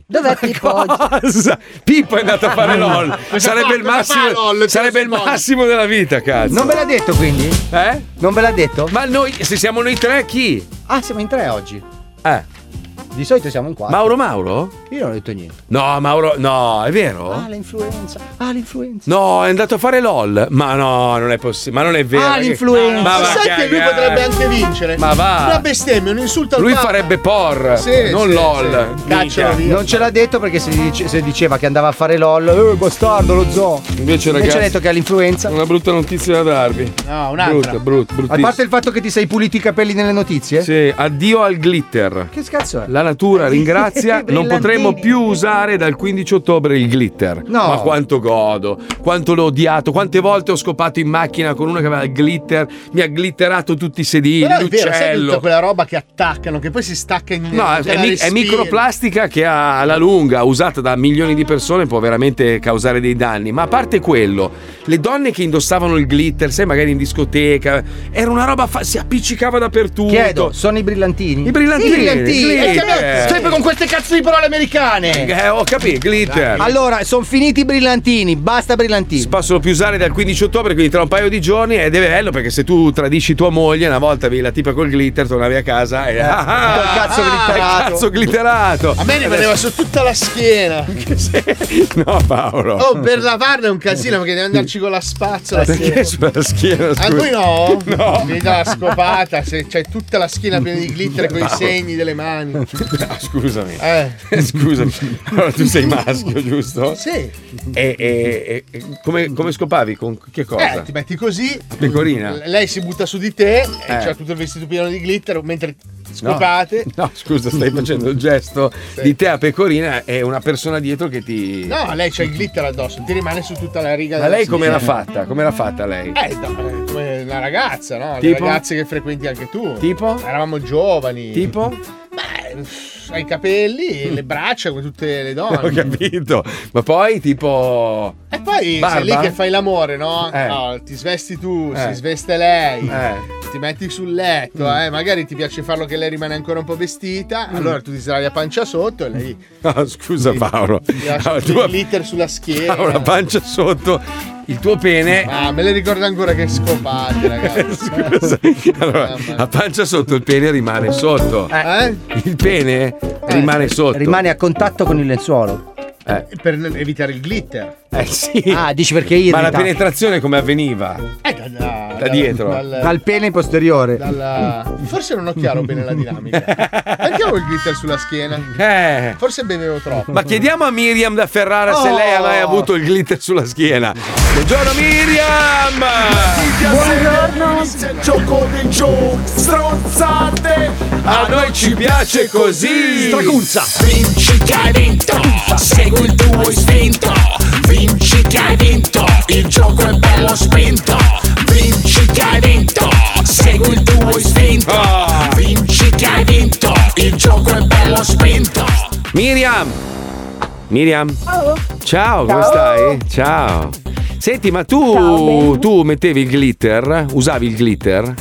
Dov'è Pippo oggi? Cosa? Pippo è Ah, andato a fare LOL. Cosa Sarebbe fa? il Cosa massimo fa LOL? Cosa sarebbe si il voglia? massimo della vita, cazzo. Non ve l'ha detto quindi? Eh? Non ve l'ha detto? Ma noi se siamo noi tre chi? Ah, siamo in tre oggi. Eh. Di solito siamo in quattro. Mauro Mauro? Ah, Io non ho detto niente. No, Mauro, no, è vero? Ah, l'influenza. Ah, l'influenza. No, è andato a fare LOL. Ma no, non è possibile. Ma non è vero. Ah, che- l'influenza. Ma Ma va a sai che lui cagare. potrebbe anche vincere? Ma va. Una bestemmia, un insulto al Lui Papa. farebbe por, Sì, non sì, LOL. sì. Caccialo Minchia. via. Non ce l'ha detto perché se, dice- se diceva che andava a fare LOL, eh, bastardo lo zoo. Invece, Invece ragazzi, ha detto che ha l'influenza. Una brutta notizia da darvi. No, un'altra. Brutta, brutta, A bruttissima. parte il fatto che ti sei pulito i eh? capelli nelle notizie? Sì, addio al glitter. Che cazzo è? La natura ringrazia, non potremo più usare dal 15 ottobre il glitter. No. Ma quanto godo, quanto l'ho odiato, quante volte ho scopato in macchina con una che aveva il glitter, mi ha glitterato tutti i sedili, Però è vero, sai tutta l'uccello. quella roba che attaccano, che poi si stacca in No, è, te la mi- è respiri. microplastica che ha- alla lunga, usata da milioni di persone, può veramente causare dei danni. Ma a parte quello, le donne che indossavano il glitter, sai, magari in discoteca, era una roba, fa- si appiccicava dappertutto. Chiedo, sono i brillantini? I brillantini, I brillantini. glitter. Perché a me- Sempre con queste cazzo di parole americane. Eh, certo. ho capito, glitter. Allora, sono finiti i brillantini, basta brillantini. Si possono più usare dal 15 ottobre, quindi tra un paio di giorni ed è bello perché se tu tradisci tua moglie, una volta avevi la tipa col glitter, tornavi a casa e. Ah, ah, Col Eh. cazzo ah, glitterato. Cazzo glitterato! A me ne vedeva su tutta la schiena. No, Paolo. Oh, per lavarne è un casino perché devi andarci con la spazzola. Perché sulla schiena? A Scusa. voi no? No. Mi dà la scopata, se c'è tutta la schiena piena di glitter con i segni delle mani. Ah, scusami. Eh. Scusami. Allora tu sei maschio, giusto? Sì. E, e- e- come, come scopavi? Con che cosa? Eh, ti metti così, Pecorina. lei si butta su di te e Eh. c'ha tutto il vestito pieno di glitter mentre scopate. No, scusa, stai facendo il gesto di te a pecorina e una persona dietro che ti. No, lei c'ha il glitter addosso, ti rimane su tutta la riga Ma della lei come schiena. era fatta? Come era fatta lei? Eh, no, eh, come una ragazza, no? Le Tipo? ragazze che frequenti anche tu. Tipo? Eravamo giovani. Tipo? Mm. Beh, hai i capelli e le braccia come tutte le Ho donne. capito. Ma poi tipo. E poi Barba? sei lì che fai l'amore, no? Eh. No, ti svesti tu, Eh. si sveste lei. Eh. Mm. Ti metti sul letto, eh, magari ti piace farlo che lei rimane ancora un po' vestita, allora tu ti sarai a pancia sotto e lei No, scusa Paolo. ti lascia Allora, tutto tu il glitter sulla schiena. ha una pancia sotto il tuo pene. Ah, me le ricordo ancora che scopate, ragazzi. Scusa. Allora, la pancia sotto il pene rimane sotto. Eh? Il pene rimane sotto. Eh, Rimane a contatto con il lenzuolo. Eh. Per evitare il glitter. Eh sì. Ah, dici perché io. Ma la penetrazione come avveniva? Eh, da, da- Da dietro. dal- Dal pene posteriore. dalla- Forse non ho chiaro bene la dinamica. Perché avevo il glitter sulla schiena? Eh. Forse bevevo troppo. Ma chiediamo a Miriam da Ferrara se Oh. lei ha mai avuto il glitter sulla schiena. Buongiorno Miriam! Buongiorno. Gioco del gioco, stronzate. A noi ci piace così! Stracunza. Vinci che hai vinto. Segui il tuo istinto. Vinci che hai vinto. Il gioco è bello spinto. Vinci che hai vinto. Segui il tuo istinto. Ah. Vinci che hai vinto. Il gioco è bello spinto. Miriam! Miriam! Ciao. Ciao, come Ciao. stai? Ciao! Senti, ma tu, Ciao, tu mettevi il glitter? Usavi il glitter?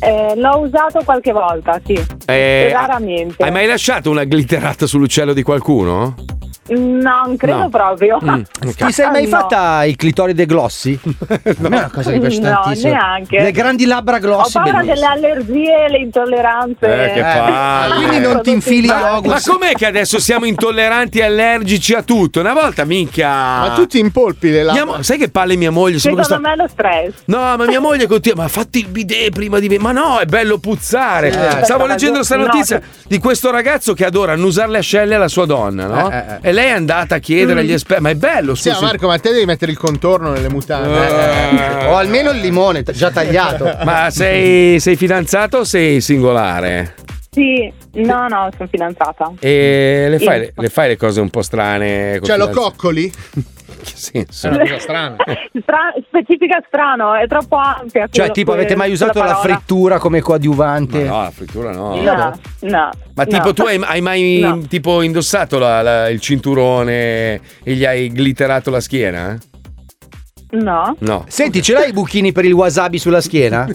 Eh, l'ho usato qualche volta, sì. Eh, Raramente. Hai mai lasciato una glitterata sull'uccello di qualcuno? No, Mm, non credo No. proprio. Mm, ok. Ti sei mai Ah, no. fatta il clitoride glossi? A me è una cosa che piace No, tantissimo. neanche. Le grandi labbra Ho glossi. paura bellissime. delle allergie e le intolleranze. Eh, che palle. Quindi non ti infili a Ma, ma yogurt. com'è che adesso siamo intolleranti e allergici a tutto? Una volta, minchia. Ma tu ti impolpi le labbra. Mia mo- sai che palle mia moglie? Sembra Secondo questa- me è lo stress. No, ma mia moglie continua. Ma fatti il bidet prima di me. Ma no, è bello puzzare. Sì, aspetta, Stavo ma leggendo tu- questa no, notizia tu- di questo ragazzo che adora annusare le ascelle alla sua donna, no? Eh, eh, E lei è andata a chiedere agli esperti. Ma è bello, Sì, scusa. ma Marco, ma te devi mettere il contorno nelle mutande. Eh. O almeno il limone t- già tagliato. eh. Ma sei, sei fidanzato o sei singolare? Sì, no, no, sono fidanzata. Eh, E le fai, Io. le, fai le cose un po' ecco, strane? Cioè, lo coccoli? che senso? strana. specifica strano, è troppo ampia. Cioè, quello- tipo, avete mai quella usato la parola. frittura come coadiuvante? No, la frittura no. No, no. Ma no. tipo tu hai, hai mai No. tipo, indossato la- la- il cinturone e gli hai glitterato la schiena? No. No. Senti, ce l'hai i buchini per il wasabi sulla schiena?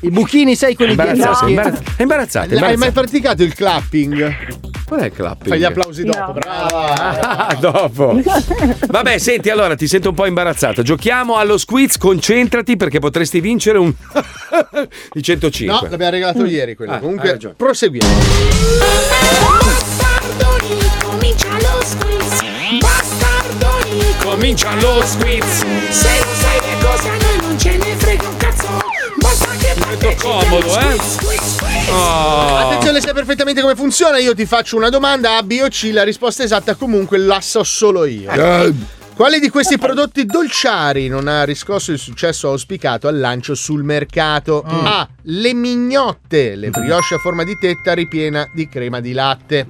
I buchini, sai quelli che Imbarazzate, imbarazzate, imbarazzate, Hai Eh, imbarazzate. mai praticato il clapping? Qual è il clapping? Fai gli applausi dopo, brava. Ah, dopo. Vabbè, senti, allora ti sento un po' imbarazzata. Giochiamo allo squiz, concentrati perché potresti vincere un di 105. No, l'abbiamo regalato ieri quello. Ah, hai Comunque, ragione. proseguiamo. Bastardoni, comincia lo squiz. Se non sai che cosa a noi non ce ne frega un cazzo. Basta che partecipi comodo, allo eh? squiz, squiz, squiz. Attenzione, sai perfettamente come funziona. Io ti faccio una domanda A, B o C. La risposta esatta comunque la so solo io. Eh. Quale di questi prodotti dolciari non ha riscosso il successo auspicato al lancio sul mercato? A. Le mignotte, le brioche a forma di tetta ripiena di crema di latte.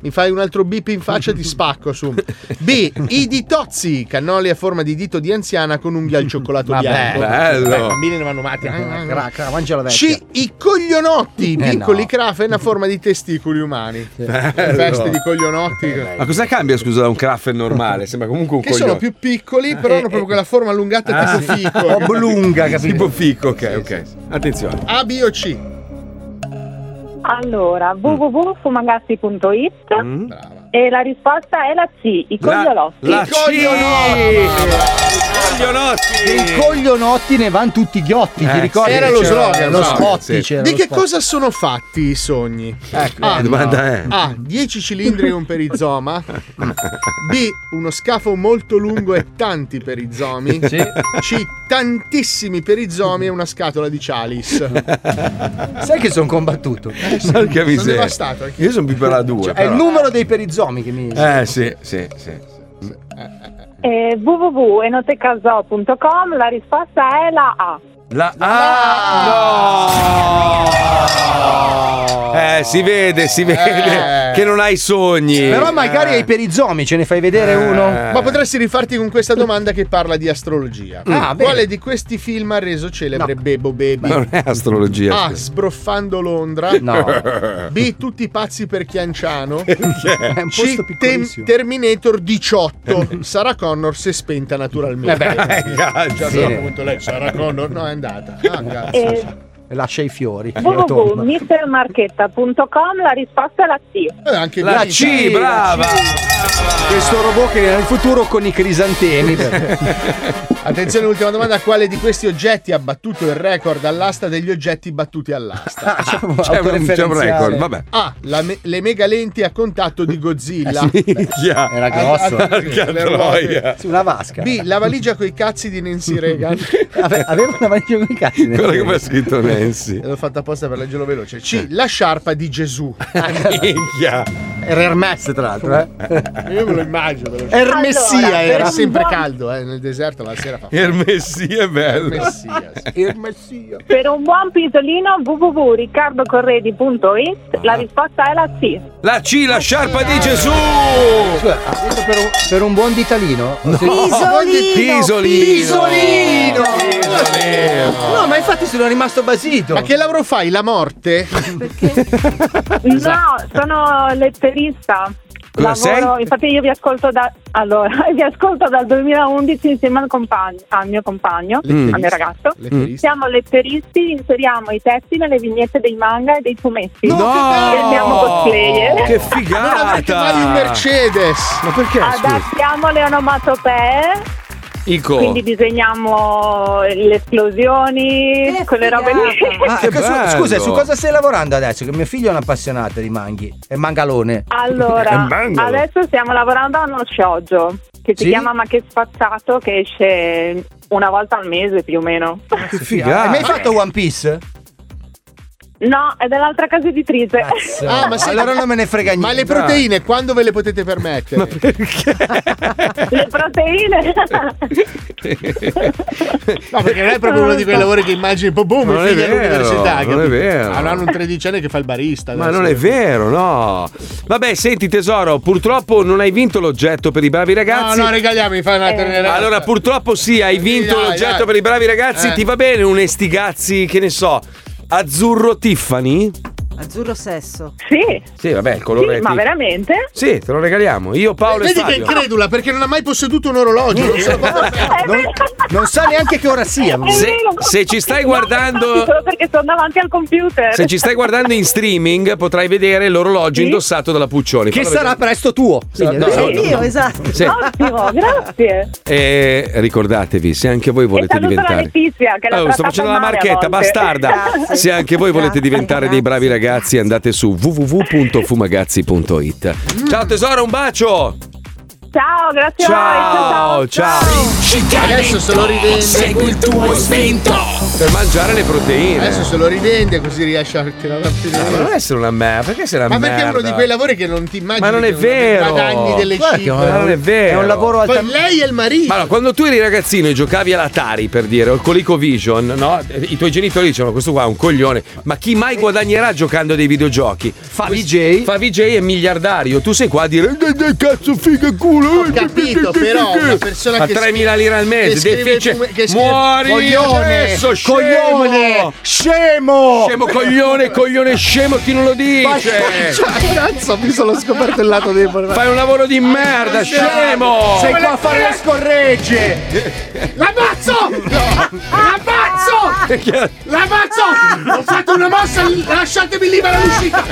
Mi fai un altro bip in faccia e ti spacco su. B. I ditozzi, cannoli a forma di dito di anziana con unghia al cioccolato bianco. bello. Beh, i bambini ne vanno matti. Craca, mangia la vecchia. C. I coglionotti, Eh, piccoli no. crafen a forma di testicoli umani. Bello. Eh, Feste di coglionotti. Ma cosa cambia, scusa, da un craft normale? Sembra comunque un Che sono più coglione. piccoli, però Eh, hanno proprio quella forma allungata eh, Ah, tipo sì. fico. Oblunga, capito? Tipo fico, ok, ok. Attenzione. A, B o C? Allora, Mm. www.fumagazzi.it e la risposta è la C, i cogliolotti. la I C. I coglionotti ne vanno tutti ghiotti, Eh, ti ricordi? Eh, Era lo C'era slogan. Lo no? spot Sì. c'era Di lo che spot. eh, cosa sono fatti i sogni? Ecco, la domanda è. A. 10 cilindri e un perizoma. B. Uno scafo molto lungo e tanti perizomi. Sì. C. Tantissimi perizomi e una scatola di Chalice. Sai che sono combattuto? Porca Sono miseria. devastato anch'io. Io sono più per la 2. Cioè, è il numero dei perizomi che mi. Eh, sì, sì, sì. Eh, www.enotecasò.com la risposta è la A. La Ah, no! Eh, si vede, si vede Eh. che non hai sogni. Però magari ai perizomi ce ne fai vedere Eh. uno. Ma potresti rifarti con questa domanda che parla di astrologia. Ah, bene. Quale di questi film ha reso celebre Bebo Baby? Ma non è Eh, astrologia. Ah. A. Sbroffando Londra. No. B. Tutti pazzi per Chianciano. È un C. posto Tem- piccolissimo. Terminator 18. Sarah Connor se spenta naturalmente. Eh beh, Cioè, a sì. quel punto lei, Sarah Connor, no, è andata. Ah, cazzo. E Lascia i fiori. Eh, Tomba. www.mistermarchetta.com la risposta è la C. Eh, anche La Benita. C, brava. Questo robot che nel futuro con i crisantemi. Attenzione, ultima domanda: quale di questi oggetti ha battuto il record all'asta degli oggetti battuti all'asta? C'è un, c'è un record, vabbè. A. la me- le mega lenti a contatto di Godzilla. Eh, Ah, Minchia. Era grosso. Porca troia. Su una vasca. B. La valigia coi cazzi di Nancy Reagan. Vabbè, aveva una valigia con i cazzi. nel- Guarda come ha scritto Nancy. L'ho fatta apposta per leggerlo veloce. C. La sciarpa di Gesù. Minchia. Era Hermes, tra l'altro. Eh? Io me lo immagino. ve lo giuro. Ermessia Allora, era. Era sempre caldo, eh, nel deserto la sera fa. Ermessia è Eh, bello. Ermessia, Per un buon pisolino www.riccardocorredi.it la risposta è la C. La C, la sciarpa di Gesù. Scusa, ha detto per un, per un buon ditalino? Pisolino. Pisolino! No, ma infatti sono rimasto basito. Ma che lavoro fai? La morte? No, sono letterista. Esatto. Cosa Lavoro- Infatti io vi ascolto, da, allora, vi ascolto dal 2011 insieme al, compagno, al mio compagno, Letteristi. al mio ragazzo. Letteristi. Siamo letteristi, inseriamo i testi nelle vignette dei manga e dei fumetti. No! E siamo cosplayer. Che figata! Non avrete mai Ah. un Mercedes. Ma perché? scusa? Adattiamo le onomatopee, Ico. quindi disegniamo le esplosioni, quelle robe lì. Ah, ecco, su- bello. scusa, su cosa stai lavorando adesso? Che mio figlio è un appassionato di manghi. È mangalone. È Allora, mangalo. adesso stiamo lavorando a uno scioggio che si Sì? chiama Ma che spazzato che esce una volta al mese più o meno. Che figata. Hai mai fatto One Piece? No, è dell'altra casa editrice. Ah, ma se- Allora non me ne frega niente. Ma le Bravo. proteine quando ve le potete permettere? Ma Le proteine. No, perché non è proprio uno di quei lavori che immagini poi boom, Non il è figlio vero, all'università. non è vero. Avranno un tredicenne che fa il barista. Ma adesso. non è vero, no. Vabbè, senti tesoro, purtroppo non hai vinto l'oggetto per i bravi ragazzi. No, no, regaliamo, mi fai una tornerella. Allora, purtroppo sì, hai vinto dai, l'oggetto dai. per i bravi ragazzi. Eh. Ti va bene un estigazzi, che ne so, azzurro Tiffany? Azzurro sesso. Sì. Sì, vabbè, il colore. Tiff- veramente? Sì, te lo regaliamo. Io, Paolo Vedi e che è Fabio. incredula perché non ha mai posseduto un orologio. Non, so- non- non sa neanche che ora sia. Se, se ci stai guardando. Solo perché sono davanti al computer. Se ci stai guardando in streaming potrai vedere l'orologio indossato dalla Puccioni. Che Fallo sarà vedere. presto tuo. Sì, no, Sì, no, io, no. esatto. Sì. Ottimo, grazie. E Eh, ricordatevi, se anche voi volete e saluto la diventare. Letizia che l'ha Allora, Eh, sto trattata facendo la male a marchetta, volte. bastarda. Grazie. Se anche voi volete diventare dei bravi ragazzi, andate su www.fumagazzi.it. Mm. Ciao tesoro, un bacio! Ciao, grazie a Ciao, voi. ciao! Adesso se lo rivende. Segui il tuo istinto. Per mangiare le proteine. Adesso se lo rivende così riesce a tirare a finire. Ma non essere una merda, perché sei una Ma merda? perché è uno di quei lavori che non ti immagini Ma non è che vero. guadagni delle Guarda che cifre. Ma non è vero. Poi lei e il marito. Ma allora, quando tu eri ragazzino e giocavi all'Atari, per dire, o al Colico Vision, no? I tuoi genitori dicevano questo qua è un coglione, ma chi mai guadagnerà giocando a dei videogiochi? Fa VJ. Fa VJ è miliardario, tu sei qua a dire "Dai, dai, cazzo figa culo. eh, Ho capito, però, una persona a che 3000 scrive- lire al mese, che scrive defici- come- che scrive- muori Coglione, adesso, scemo. coglione, scemo. coglione, coglione scemo, chi non lo dice? Cioè, Cazzo, mi sono scoperto il lato debole. Fai un lavoro di merda, scemo! Sei qua a fare le scorregge! L'ammazzo! L'ammazzo! L'ammazzo! Ho fatto una mossa, lasciatemi libera l'uscita!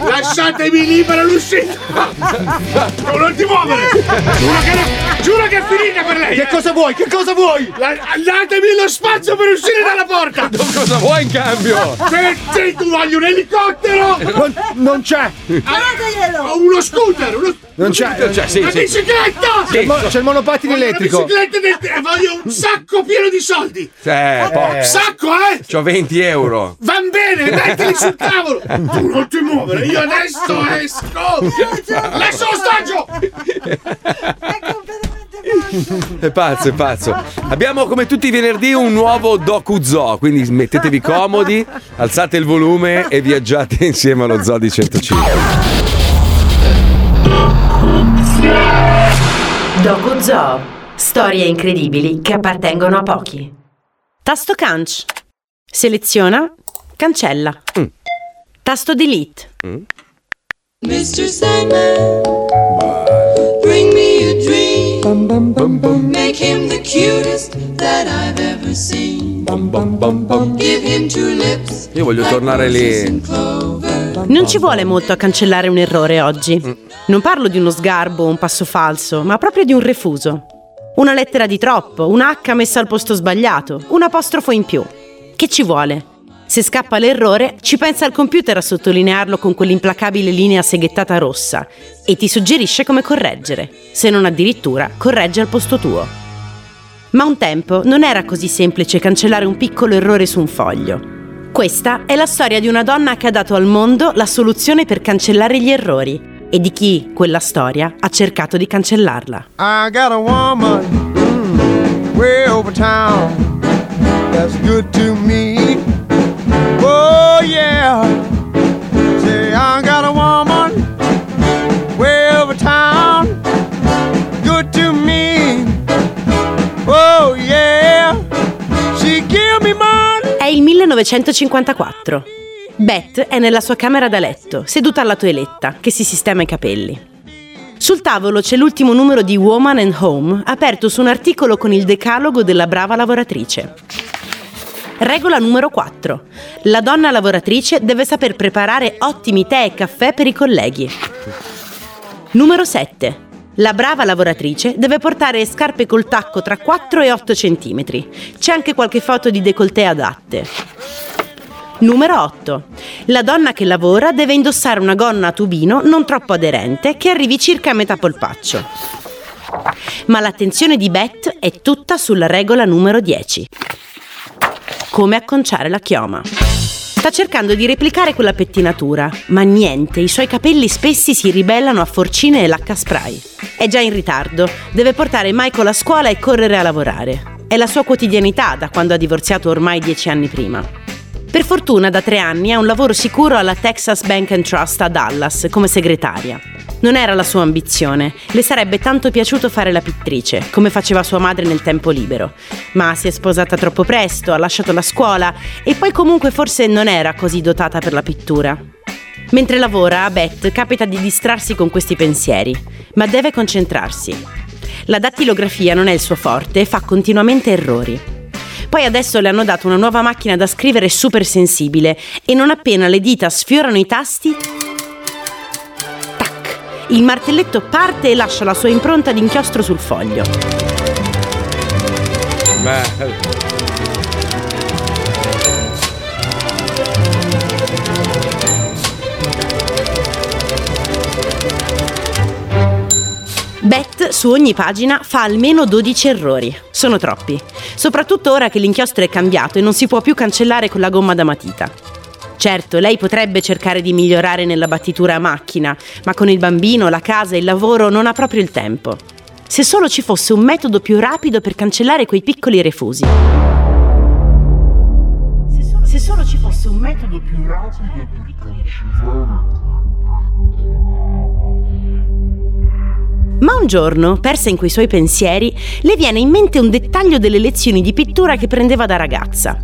Lasciatemi libera l'uscita! Non lo ti muovere! Giuro che, no- giuro che è finita per lei! eh. Che cosa vuoi? Che cosa vuoi? datemi lo spazio per uscire dalla porta! Cosa vuoi in cambio? Se, se tu voglio un elicottero! Non, c'è! Ho uno scooter! Uno... Non c'è, non c'è, Cioè, sì, Una sì. bicicletta! C'è il mo- c'è il monopattino Voglio una elettrico. bicicletta del- e voglio un sacco pieno di soldi! Eh, po- Sacco, eh! C'ho 20 euro! Van bene, mettili sul tavolo! Tu non ti muovere, io adesso esco! Lascio ostaggio! È pazzo, è pazzo. Abbiamo come tutti i venerdì un nuovo Doku Zoo, quindi mettetevi comodi, alzate il volume e viaggiate insieme allo Zoo di 105. Doku Zoo. Storie incredibili che appartengono a pochi. Tasto Canc. Seleziona. Cancella. Tasto Delete. Mr. Sandman, bring me a dream. Make him the cutest that I've ever seen. Give him two lips. Io voglio tornare lì. Non ci vuole molto a cancellare un errore oggi. Non parlo di uno sgarbo o un passo falso, ma proprio di un refuso. Una lettera di troppo, un H messa al posto sbagliato, un apostrofo in più. Che ci vuole? Se scappa l'errore, ci pensa il computer a sottolinearlo con quell'implacabile linea seghettata rossa e ti suggerisce come correggere, se non addirittura corregge al posto tuo. Ma un tempo non era così semplice cancellare un piccolo errore su un foglio. Questa è la storia di una donna che ha dato al mondo la soluzione per cancellare gli errori e di chi quella storia ha cercato di cancellarla. I got a woman mm, way over town that's good to me. Oh yeah, say I got a woman way over town good to me. Oh yeah, she give me money. È il 1954. Beth è nella sua camera da letto, seduta alla toeletta, che si sistema i capelli. Sul tavolo c'è l'ultimo numero di Woman and Home, aperto su un articolo con il decalogo della brava lavoratrice. Regola numero 4. La donna lavoratrice deve saper preparare ottimi tè e caffè per i colleghi. Numero 7. La brava lavoratrice deve portare scarpe col tacco tra 4 e 8 cm. C'è anche qualche foto di décolleté adatte. Numero 8. La donna che lavora deve indossare una gonna a tubino non troppo aderente che arrivi circa a metà polpaccio. Ma l'attenzione di Beth è tutta sulla regola numero 10. Come acconciare la chioma. Sta cercando di replicare quella pettinatura, ma niente, i suoi capelli spessi si ribellano a forcine e lacca spray. È già in ritardo, deve portare Michael a scuola e correre a lavorare. È la sua quotidianità da quando ha divorziato ormai dieci anni prima. Per fortuna da tre anni ha un lavoro sicuro alla Texas Bank and Trust a Dallas come segretaria. Non era la sua ambizione, le sarebbe tanto piaciuto fare la pittrice, come faceva sua madre nel tempo libero, ma si è sposata troppo presto, ha lasciato la scuola e poi comunque forse non era così dotata per la pittura. Mentre lavora, a Beth capita di distrarsi con questi pensieri, ma deve concentrarsi. La dattilografia non è il suo forte e fa continuamente errori. Poi adesso le hanno dato una nuova macchina da scrivere super sensibile e non appena le dita sfiorano i tasti, il martelletto parte e lascia la sua impronta d'inchiostro sul foglio. Beth su ogni pagina fa almeno 12 errori. Sono troppi. Soprattutto ora che l'inchiostro è cambiato e non si può più cancellare con la gomma da matita. Certo, lei potrebbe cercare di migliorare nella battitura a macchina, ma con il bambino, la casa e il lavoro non ha proprio il tempo. Se solo ci fosse un metodo più rapido per cancellare quei piccoli refusi. Se solo ci fosse un metodo più rapido per Ma un giorno, persa in quei suoi pensieri, le viene in mente un dettaglio delle lezioni di pittura che prendeva da ragazza.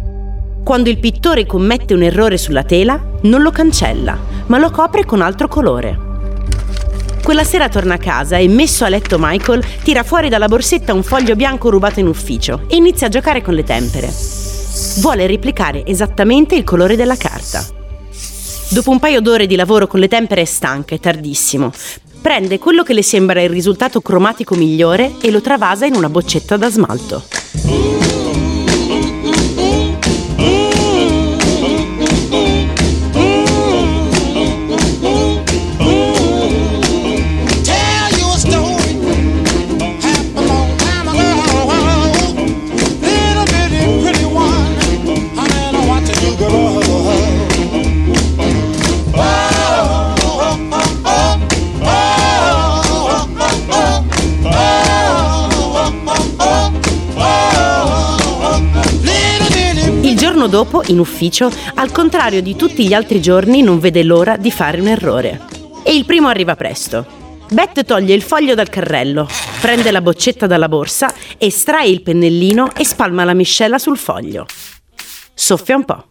Quando il pittore commette un errore sulla tela, non lo cancella, ma lo copre con altro colore. Quella sera torna a casa e, messo a letto Michael, tira fuori dalla borsetta un foglio bianco rubato in ufficio e inizia a giocare con le tempere. Vuole replicare esattamente il colore della carta. Dopo un paio d'ore di lavoro con le tempere è stanca e tardissimo. Prende quello che le sembra il risultato cromatico migliore e lo travasa in una boccetta da smalto. Tell you a story happened a long time ago. Little bitty pretty one, I mean I want you grow. Oh, oh, oh, oh, oh, oh, oh, oh, oh, oh, little bitty. Il giorno dopo, in ufficio, al contrario di tutti gli altri giorni, non vede l'ora di fare un errore. E il primo arriva presto. Beth toglie il foglio dal carrello, prende la boccetta dalla borsa, estrae il pennellino e spalma la miscela sul foglio. Soffia un po'.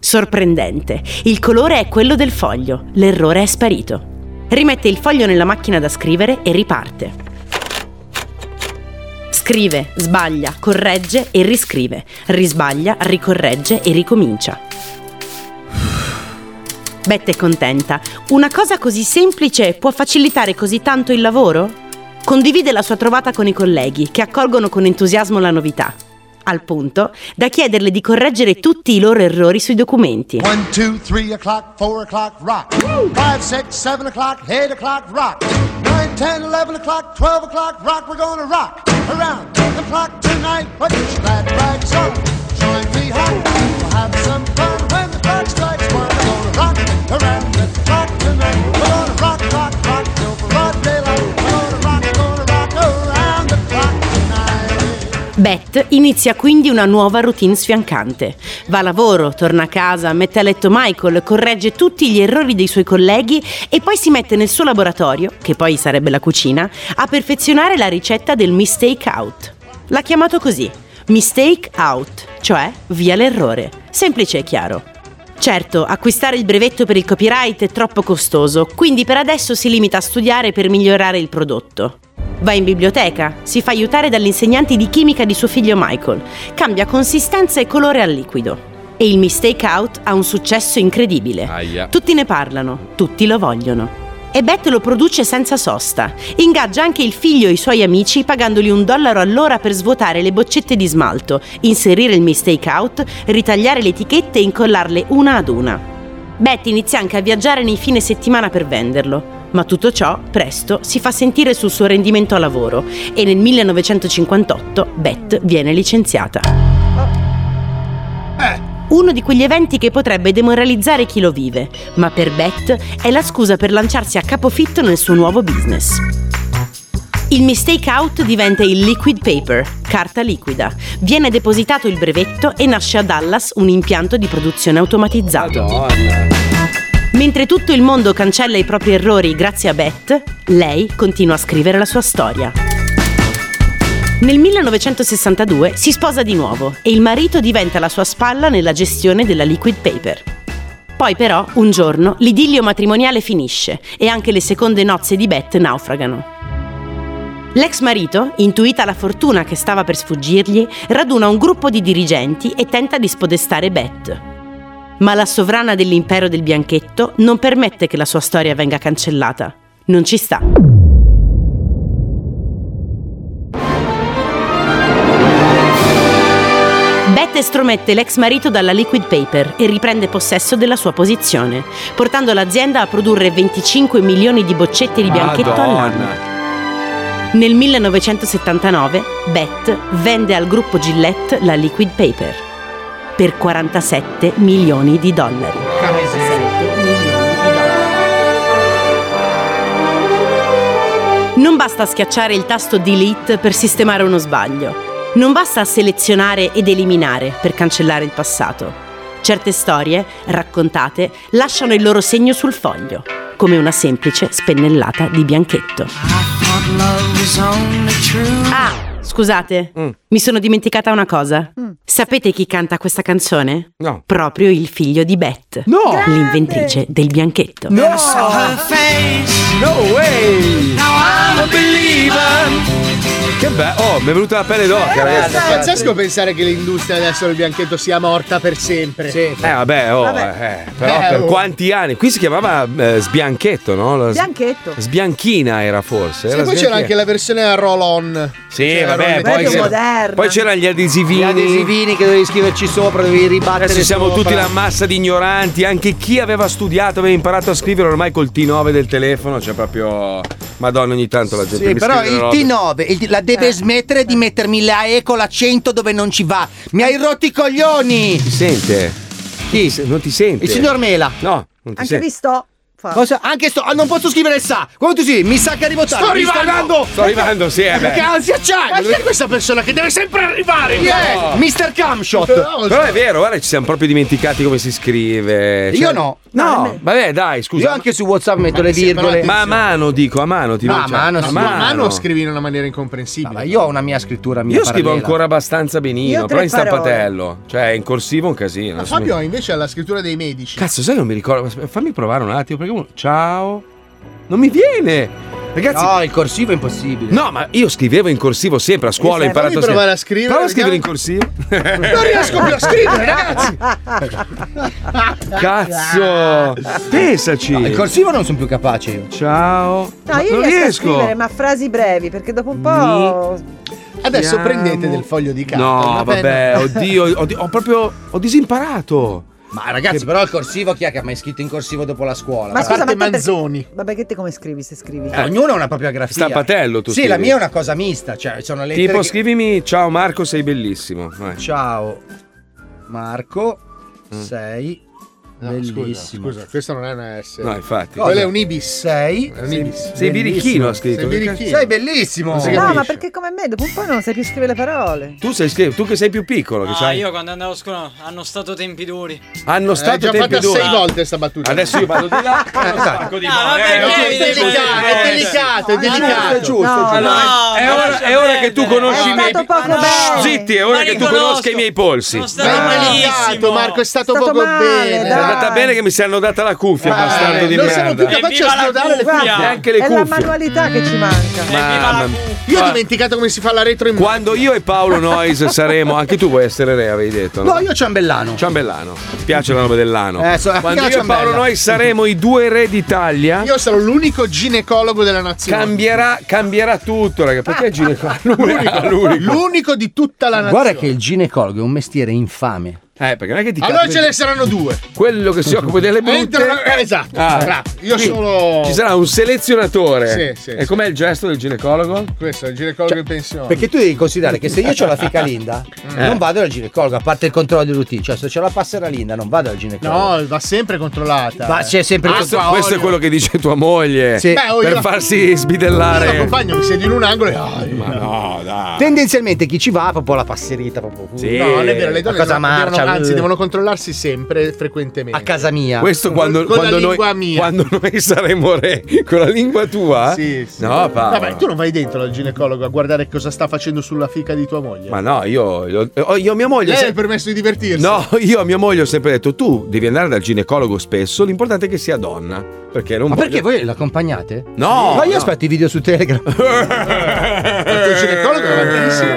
Sorprendente, il colore è quello del foglio, l'errore è sparito. Rimette il foglio nella macchina da scrivere e riparte. Scrive, sbaglia, corregge e riscrive, risbaglia, ricorregge e ricomincia. Beth è contenta. Una cosa così semplice può facilitare così tanto il lavoro? Condivide la sua trovata con i colleghi, che accolgono con entusiasmo la novità. Al punto da chiederle di correggere tutti i loro errori sui documenti. One, two, three o'clock, four o'clock, rock. Five, six, seven o'clock, eight o'clock, rock. Nine, ten, eleven o'clock, twelve o'clock, rock. We're gonna rock around the clock tonight. Put your glad rags on, join me hot. We'll have some fun when the clock strikes one. We're gonna rock around the clock tonight. We're gonna rock, rock, rock till broad daylight. We're gonna rock, gonna rock around the clock tonight. Beth inizia quindi una nuova routine sfiancante. Va a lavoro, torna a casa, mette a letto Michael, corregge tutti gli errori dei suoi colleghi e poi si mette nel suo laboratorio, che poi sarebbe la cucina, a perfezionare la ricetta del mistake out. L'ha chiamato così, mistake out, cioè via l'errore. Semplice e chiaro. Certo, acquistare il brevetto per il copyright è troppo costoso, quindi per adesso si limita a studiare per migliorare il prodotto. Va in biblioteca, si fa aiutare dagli insegnanti di chimica di suo figlio Michael, cambia consistenza e colore al liquido. E il Mistake Out ha un successo incredibile. Tutti ne parlano, tutti lo vogliono. E Beth lo produce senza sosta. Ingaggia anche il figlio e i suoi amici pagandogli un dollaro all'ora per svuotare le boccette di smalto, inserire il mistake out, ritagliare le etichette e incollarle una ad una. Beth inizia anche a viaggiare nei fine settimana per venderlo. Ma tutto ciò, presto, si fa sentire sul suo rendimento a lavoro e nel 1958 Beth viene licenziata. Uno di quegli eventi che potrebbe demoralizzare chi lo vive, ma per Beth è la scusa per lanciarsi a capofitto nel suo nuovo business. Il mistake out diventa il liquid paper, carta liquida. Viene depositato il brevetto e nasce a Dallas un impianto di produzione automatizzato. Mentre tutto il mondo cancella i propri errori grazie a Beth, lei continua a scrivere la sua storia. Nel 1962 si sposa di nuovo e il marito diventa la sua spalla nella gestione della liquid paper. Poi però, un giorno, l'idillio matrimoniale finisce e anche le seconde nozze di Beth naufragano. L'ex marito, intuita la fortuna che stava per sfuggirgli, raduna un gruppo di dirigenti e tenta di spodestare Beth. Ma la sovrana dell'impero del bianchetto non permette che la sua storia venga cancellata. Non ci sta. Beth estromette l'ex marito dalla liquid paper e riprende possesso della sua posizione, portando l'azienda a produrre 25 milioni di boccette di bianchetto all'anno. Nel 1979 Beth vende al gruppo Gillette la liquid paper per 47 milioni di dollari. Non basta schiacciare il tasto delete per sistemare uno sbaglio. Non basta selezionare ed eliminare per cancellare il passato. Certe storie, raccontate, lasciano il loro segno sul foglio, come una semplice spennellata di bianchetto. Ah, scusate, mi sono dimenticata una cosa. Sapete chi canta questa canzone? No. Proprio il figlio di Beth, l'inventrice del bianchetto. No! No way! Now I'm a believer! Che bello, oh, mi è venuta la pelle d'oca, È ragazzi. pazzesco pensare che l'industria adesso del bianchetto sia morta per sempre. Sì. Eh vabbè, oh, Vabbè. eh, però Eh, per oh. quanti anni? Qui si chiamava eh, Sbianchetto, no? La s- Bianchetto. Sbianchina era forse. era poi c'era Sbianchina. anche la versione a roll-on. Sì, Cioè, vabbè, erano poi, meglio c'era- moderna. poi c'erano gli adesivini. Gli adesivini che dovevi scriverci sopra, dovevi ribattere Adesso siamo sopra. tutti la massa di ignoranti, anche chi aveva studiato, aveva imparato a scrivere ormai col T9 del telefono, c'è proprio Madonna ogni tanto la gente Sì, mi però scrive il robe. T9 il- la Eh. deve smettere di mettermi la E con l'accento dove non ci va. Mi hai rotto i coglioni! Ti sente? Chi? Non ti sente? Il signor Mela. No, non ti Anche sente. Cristo. Cosa? Anche sto. ah, non posso scrivere il sa! Come tu sì? Mi sa che arrivo tardi. Sto mi sta arrivando! dando- Sto arrivando, sì, eh, beh. Che ansia c'hai? Ma chi è questa persona che deve sempre arrivare? Chi è? Mr. Camshot! Però è vero, guarda, ci siamo proprio dimenticati come si scrive. cioè Io Eh, cioè, no. No, vabbè, dai, scusa. Io anche su WhatsApp metto le virgole. Ma a mano dico, a mano ti No, dico, a cioè, mano, sì. a mano scrivi in una maniera incomprensibile. ma io ho una mia scrittura Io scrivo ancora abbastanza benino, Io però tre in stampatello. Cioè, in corsivo è un casino. Ma adesso mi- Fabio ha invece alla scrittura dei medici. Cazzo, sai, non mi ricordo. Aspetta, Fammi provare un attimo. Perché uno. Ciao. Non mi viene. Ragazzi. No, il corsivo è impossibile. No, ma io scrivevo in corsivo sempre a scuola. Ho Fammi imparato provare a a scrivere, scrivere. Prova a scrivere in vediamo. corsivo. Non riesco più a scrivere, ragazzi! Cazzo. Pensaci. No, il corsivo non sono più capace io. Ciao. No, io riesco, a scrivere, ma frasi brevi, perché dopo un po'. Adesso Siamo- prendete del foglio di carta. No, una vabbè, penna. oddio, oddio, ho proprio. Ho disimparato. Ma ragazzi, Che- però il corsivo chi è che ha mai scritto in corsivo dopo la scuola? Ma A scusa, parte ma Manzoni. Manzoni. Vabbè, che te come scrivi se scrivi? Eh, Ognuno ha una propria grafia. Stampatello, tu Sì, scrivi. la mia è una cosa mista, cioè sono lettere Tipo, che- scrivimi, ciao Marco, sei bellissimo. Vai. Ciao Marco, Mm. sei bellissimo. Scusa, questa non è una S. No, infatti. Quella è un ibis. Sei. È un ibis. Sei birichino, ha Sei scritto. birichino. Sei bellissimo. Non si No, ma capisce. perché come me, dopo un po' non sai più scrivere le parole. Tu, sei, scri- tu che sei più piccolo, che Ah, c'hai- io quando andavo a scuola hanno stato tempi duri. Hanno stato Eh, già tempi fatta duri. sei volte sta battuta. Eh, esatto. Adesso io vado di là. Sacco di male. Eh, perché eh, è eh, delicato, è Ah, delicato, è eh, delicato. eh, No, no, è, ora, è ora che tu conosci i miei. Zitti, è ora Ma che tu riconosco. conosca i miei polsi. Sono stato malissimo. Marco è stato, poco male, bene. dai. andata bene che mi si è annodata la cuffia, bastardo di non merda. siamo più capaci a snodare le Guarda, cuffie. Anche le è la cuffie. manualità che ci manca. Mamma mia. Io ho dimenticato come si fa la retro in Quando io e Paolo Noyes saremo, anche tu vuoi essere re, avevi detto. No, No, io ciambellano. Ciambellano. Ti piace la roba dell'ano? Eh, so- Quando mi io piace e Paolo bella. Noyes saremo i due re d'Italia. Io sarò l'unico ginecologo della nazione. Cambierà, cambierà tutto, raga. Perché ginecologo? L'unico, l'unico. di tutta la nazione. Guarda che il ginecologo è un mestiere infame. Eh, perché non è che ti Allora capita- ce ne saranno due. Quello che si occupa delle brutte. Entrano- eh, esatto. Ah. Bravo. Io Sì. sono. Ci sarà un selezionatore. Oh. Sì, sì, E com'è il gesto del ginecologo? Questo è il ginecologo Cioè, in pensione. Perché tu devi considerare che se io ho la fica linda, Eh. non vado dal ginecologo, a parte il controllo di routine. Cioè, se ho la passera linda, non vado dal ginecologo. No, va sempre controllata. Ah, Ma c'è sempre il questo, controllo. questo è quello che dice tua moglie. Sì. Beh, oh, per io- farsi Io sbidellare. l'accompagno, mi siedo in un angolo e. ah, Ma no, dai. Tendenzialmente chi ci va ha proprio la passerita, proprio. Sì. No, non è vero, le La donne cosa devono, marcia. devono- anzi, eh. devono controllarsi sempre, frequentemente. A casa mia. Questo quando, Con la quando noi, lingua mia. quando noi saremo re, con la lingua tua? Sì, sì. No, Paolo. Vabbè, tu non vai dentro al ginecologo a guardare cosa sta facendo sulla fica di tua moglie. Ma no, io, io, oh, io a mia moglie. Lei ha se- il permesso di divertirsi. No, io a mia moglie ho sempre detto: tu devi andare dal ginecologo spesso, l'importante è che sia donna. Perché non Ma voglio- perché voi l'accompagnate? No, Ma io no. aspetto i video su Telegram. Il tuo ginecologo è avantissimo.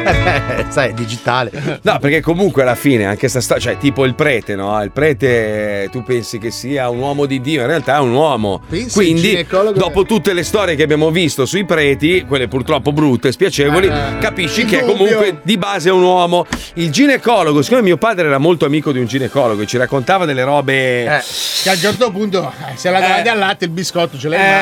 Eh, sai, è digitale. No, perché comunque alla fine anche sta storia, cioè tipo il prete, no? Il prete tu pensi che sia un uomo di Dio, in realtà è un uomo. Pensi il Quindi ginecologo- dopo tutte le storie che abbiamo visto sui preti, quelle purtroppo brutte, spiacevoli, Eh, capisci il che dubbio. comunque di base è un uomo. Il ginecologo, siccome mio padre era molto amico di un ginecologo e ci raccontava delle robe... Che a un certo punto, eh, se la grande al latte, il biscotto ce l'hai in mano,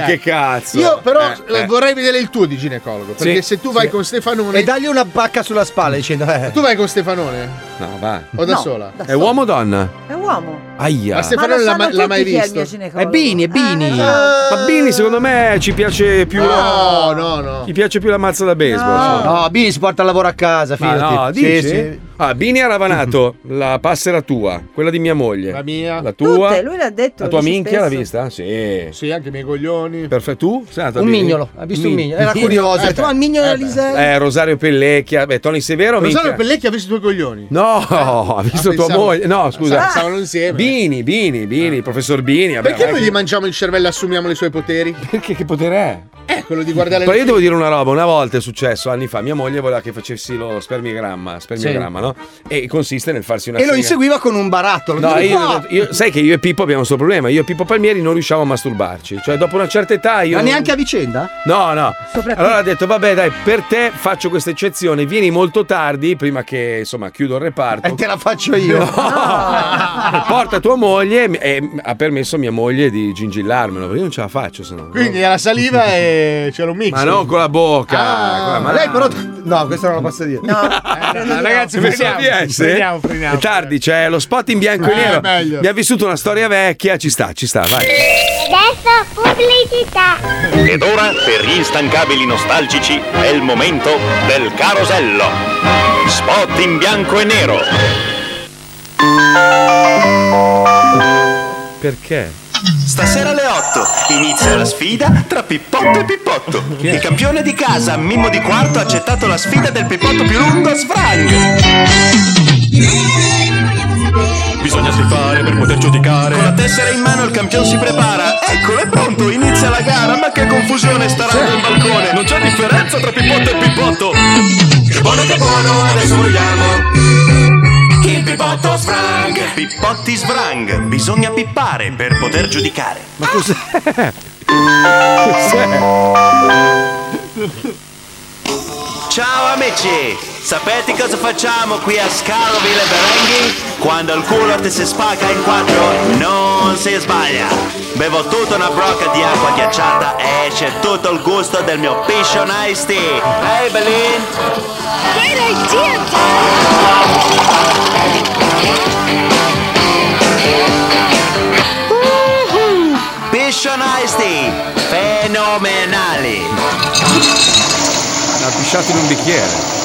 fai, eh. che cazzo. Io però Eh, eh. vorrei vedere il tuo di ginecologo, perché Sì. se tu vai con Stefanone... E dagli una bacca sulla spalla dicendo. Eh. Tu vai con Stefanone? No, va. O da No, sola? da È uomo o donna? È uomo. Aia. Ma Stefanone Ma lo l'ha, sanno ma- l'ha tutti mai chi è il mio visto? ginecologo. È Bini, è Bini. esatto. Ma Bini secondo me ci piace più... No, no, no. Gli piace più la mazza da baseball. No, insomma. no, Bini si porta al lavoro a casa, Ma fidati. no, Sì, dici? sì. Ah, Bini ha ravanato la passera tua, quella di mia moglie. La mia. La tua. Tutte, lui l'ha detto, La tua dice minchia l'ha spesso. vista? Sì. Sì, anche i miei coglioni. Perfetto. Tu? Sei andata a Un Bini? mignolo, ha visto un Min- Eh, mignolo. Era curioso. ha detto, "Ma il mignolo era Lisei. Eh, Rosario Pellecchia. Beh, Tony Severo. Rosario minchia. Pellecchi ha visto i tuoi coglioni. No, Eh, ha visto Ah, tua pensavo- moglie. No, scusa. Stavano insieme. Bini, Bini, Ah. Bini, professor Bini. vabbè, Perché vai noi che- gli mangiamo il cervello e assumiamo i suoi poteri? Perché che potere è? È quello di guardare Però le io devo dire una roba, una volta è successo anni fa, mia moglie voleva che facessi lo spermigramma, spermigramma, Sì. no? E consiste nel farsi una E lo sega. inseguiva con un barattolo. No, Vieni io, qua. io- sai che io e Pippo abbiamo questo problema. Io e Pippo Palmieri non riusciamo a masturbarci. Cioè, dopo una certa età io. Ma non- neanche a vicenda? No, no. Allora ha detto: Vabbè, dai, per te faccio questa eccezione. Vieni molto tardi, prima che insomma chiudo il reparto. E te la faccio io. No. Porta tua moglie e m- ha permesso a mia moglie di gingillarmelo. Perché io non ce la faccio, se no. Quindi era saliva e c'era un mix. Ma Ah. non con la bocca. con la- ma Ah, lei però. No, questo non lo posso dire. no, ragazzi, pensavo di freniamo, essere. freniamo, freniamo. È tardi, c'è lo spot in bianco e Eh, nero. meglio. Mi ha vissuto una storia vecchia. Ci sta, ci sta, vai. Adesso pubblicità. Ed ora, per gli instancabili nostalgici, è il momento del carosello. Spot in bianco e nero. Perché? Stasera alle 8 inizia la sfida tra Pippotto e Pippotto. Il campione di casa, Mimmo di Quarto, ha accettato la sfida del Pippotto più lungo, Sfrang. Bisogna sfidare per poter giudicare. Con la tessera in mano il campione si prepara. Eccolo, è pronto, inizia la gara. Ma che confusione starà nel balcone. Non c'è differenza tra Pippotto e Pippotto. Che buono, che buono, adesso vogliamo. Il pippotto svrang Pippotti svrang Bisogna pippare per poter giudicare Ma cos'è? Ciao amici Sapete cosa facciamo qui a Scaroville e Berenghi? Quando il culo ti si spacca in quattro Non si sbaglia Bevo tutta una brocca di acqua ghiacciata E esce tutto il gusto del mio piscion iced tea Ehi Belin Great idea, Piscion iced tea Fenomenali Ha pisciato in un bicchiere.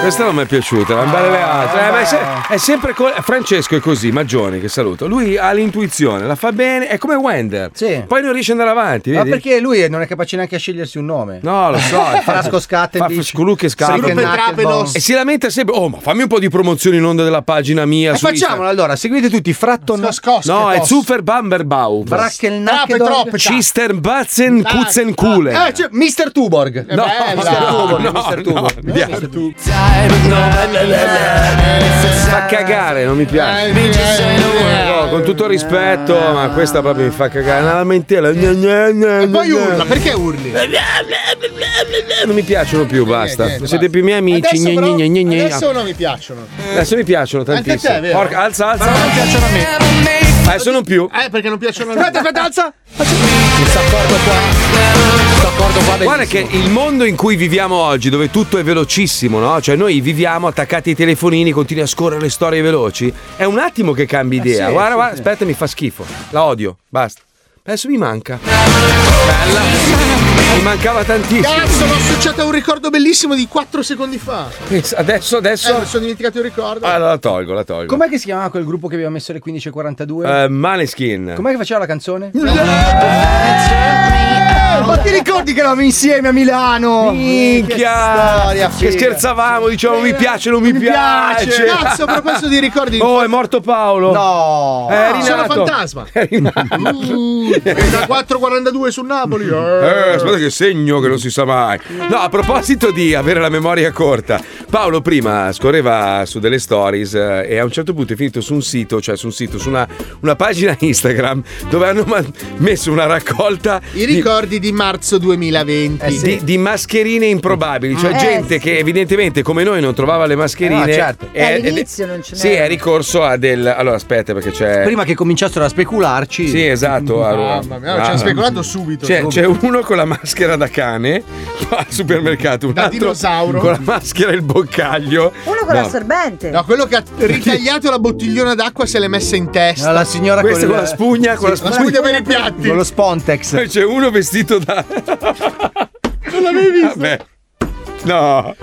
Questa non mi è piaciuta, è una bella beata. Eh, ma è, se- è sempre co- Francesco è così, Maggioni che saluto. Lui ha l'intuizione, la fa bene, è come Wender. Poi non riesce ad andare avanti, Ma vedi? perché lui non è capace neanche a scegliersi un nome? No, lo so. Frasco scatte Fa dice- sculù che scappa. Sacco e Knucklebone. E si lamenta sempre. Oh, ma fammi un po' di promozione in onda della pagina mia. E su facciamolo allora, seguite tutti Fratton. Instagram. No, è Super Bamberbau. Brackelnacke Cisterbatzen Kutzenkule. Eh, cioè, Mr. Tuborg. No, Eh, Mr. Tuborg, Mr. Tuborg. Eh, Fa cagare, non mi Eh, piace. No, con tutto rispetto, Eh. ma questa proprio mi fa cagare. Una lamentela. E Poi urla, perché Eh, urli? Non mi piacciono più, basta. Siete più miei amici. Adesso, gna, però, gna, gna, gna. adesso non mi piacciono. Adesso mi piacciono Anche a tantissimo. te, vero? Porca, alza, alza. Ma non piacciono a me. Adesso non più. Eh, perché non piacciono a me. Aspetta, aspetta, alza. Guarda che il mondo in cui viviamo oggi, dove tutto è velocissimo, no? Cioè noi viviamo attaccati ai telefonini, continui a scorrere le storie veloci, è un attimo che cambi idea. sì, guarda, sì, guarda, sì. aspetta, mi fa schifo. La odio, basta. Adesso mi manca. Mi mancava tantissimo. Cazzo, l'ho associato a un ricordo bellissimo di 4 secondi fa. Adesso, adesso. Eh, mi sono dimenticato il ricordo. Allora Ah, la tolgo, la tolgo. Com'è che si chiamava quel gruppo che abbiamo messo alle 15.42? Eh, Maneskin. Com'è che faceva la canzone? Eh, Ma ti ricordi che eravamo insieme a Milano? Minchia! Che, scherzavamo, dicevamo mi piace, non mi, piace. Cazzo, a proposito di ricordi. Oh, è morto Paolo. No. Eh, È rinato. sono fantasma. È rinato. Da 4,42 sul Napoli. Eh, aspetta che segno che non si sa mai. No, a proposito di avere la memoria corta, Paolo prima scorreva su delle stories eh, e a un certo punto è finito su un sito, cioè su un sito, su una, una pagina Instagram dove hanno ma- messo una raccolta I ricordi di marzo 2020. Eh, di, di- di mascherine improbabili, cioè Eh, gente che evidentemente come noi non trovava le mascherine. Eh, no, certo. e- Eh, all'inizio non ce ed- Sì, è ricorso a del. Allora aspetta perché c'è. Prima che cominciassero a specularci. Mm. Eh. Sì, esatto. a- Mamma mia, ci Ah. hanno speculato subito. Cioè, C'è, Cioè, c'è Subito. uno con la maschera da cane al supermercato, un Da altro dinosauro. con la maschera e il boccaglio. Uno No. l'assorbente. No, quello che ha ritagliato la bottigliona d'acqua e se l'è messa in testa. No, la signora Questa con la spugna, con la Sì, spugna. per i piatti. Con lo Spontex. Cioè, Poi C'è uno vestito da. Non l'avevi visto? Vabbè. No,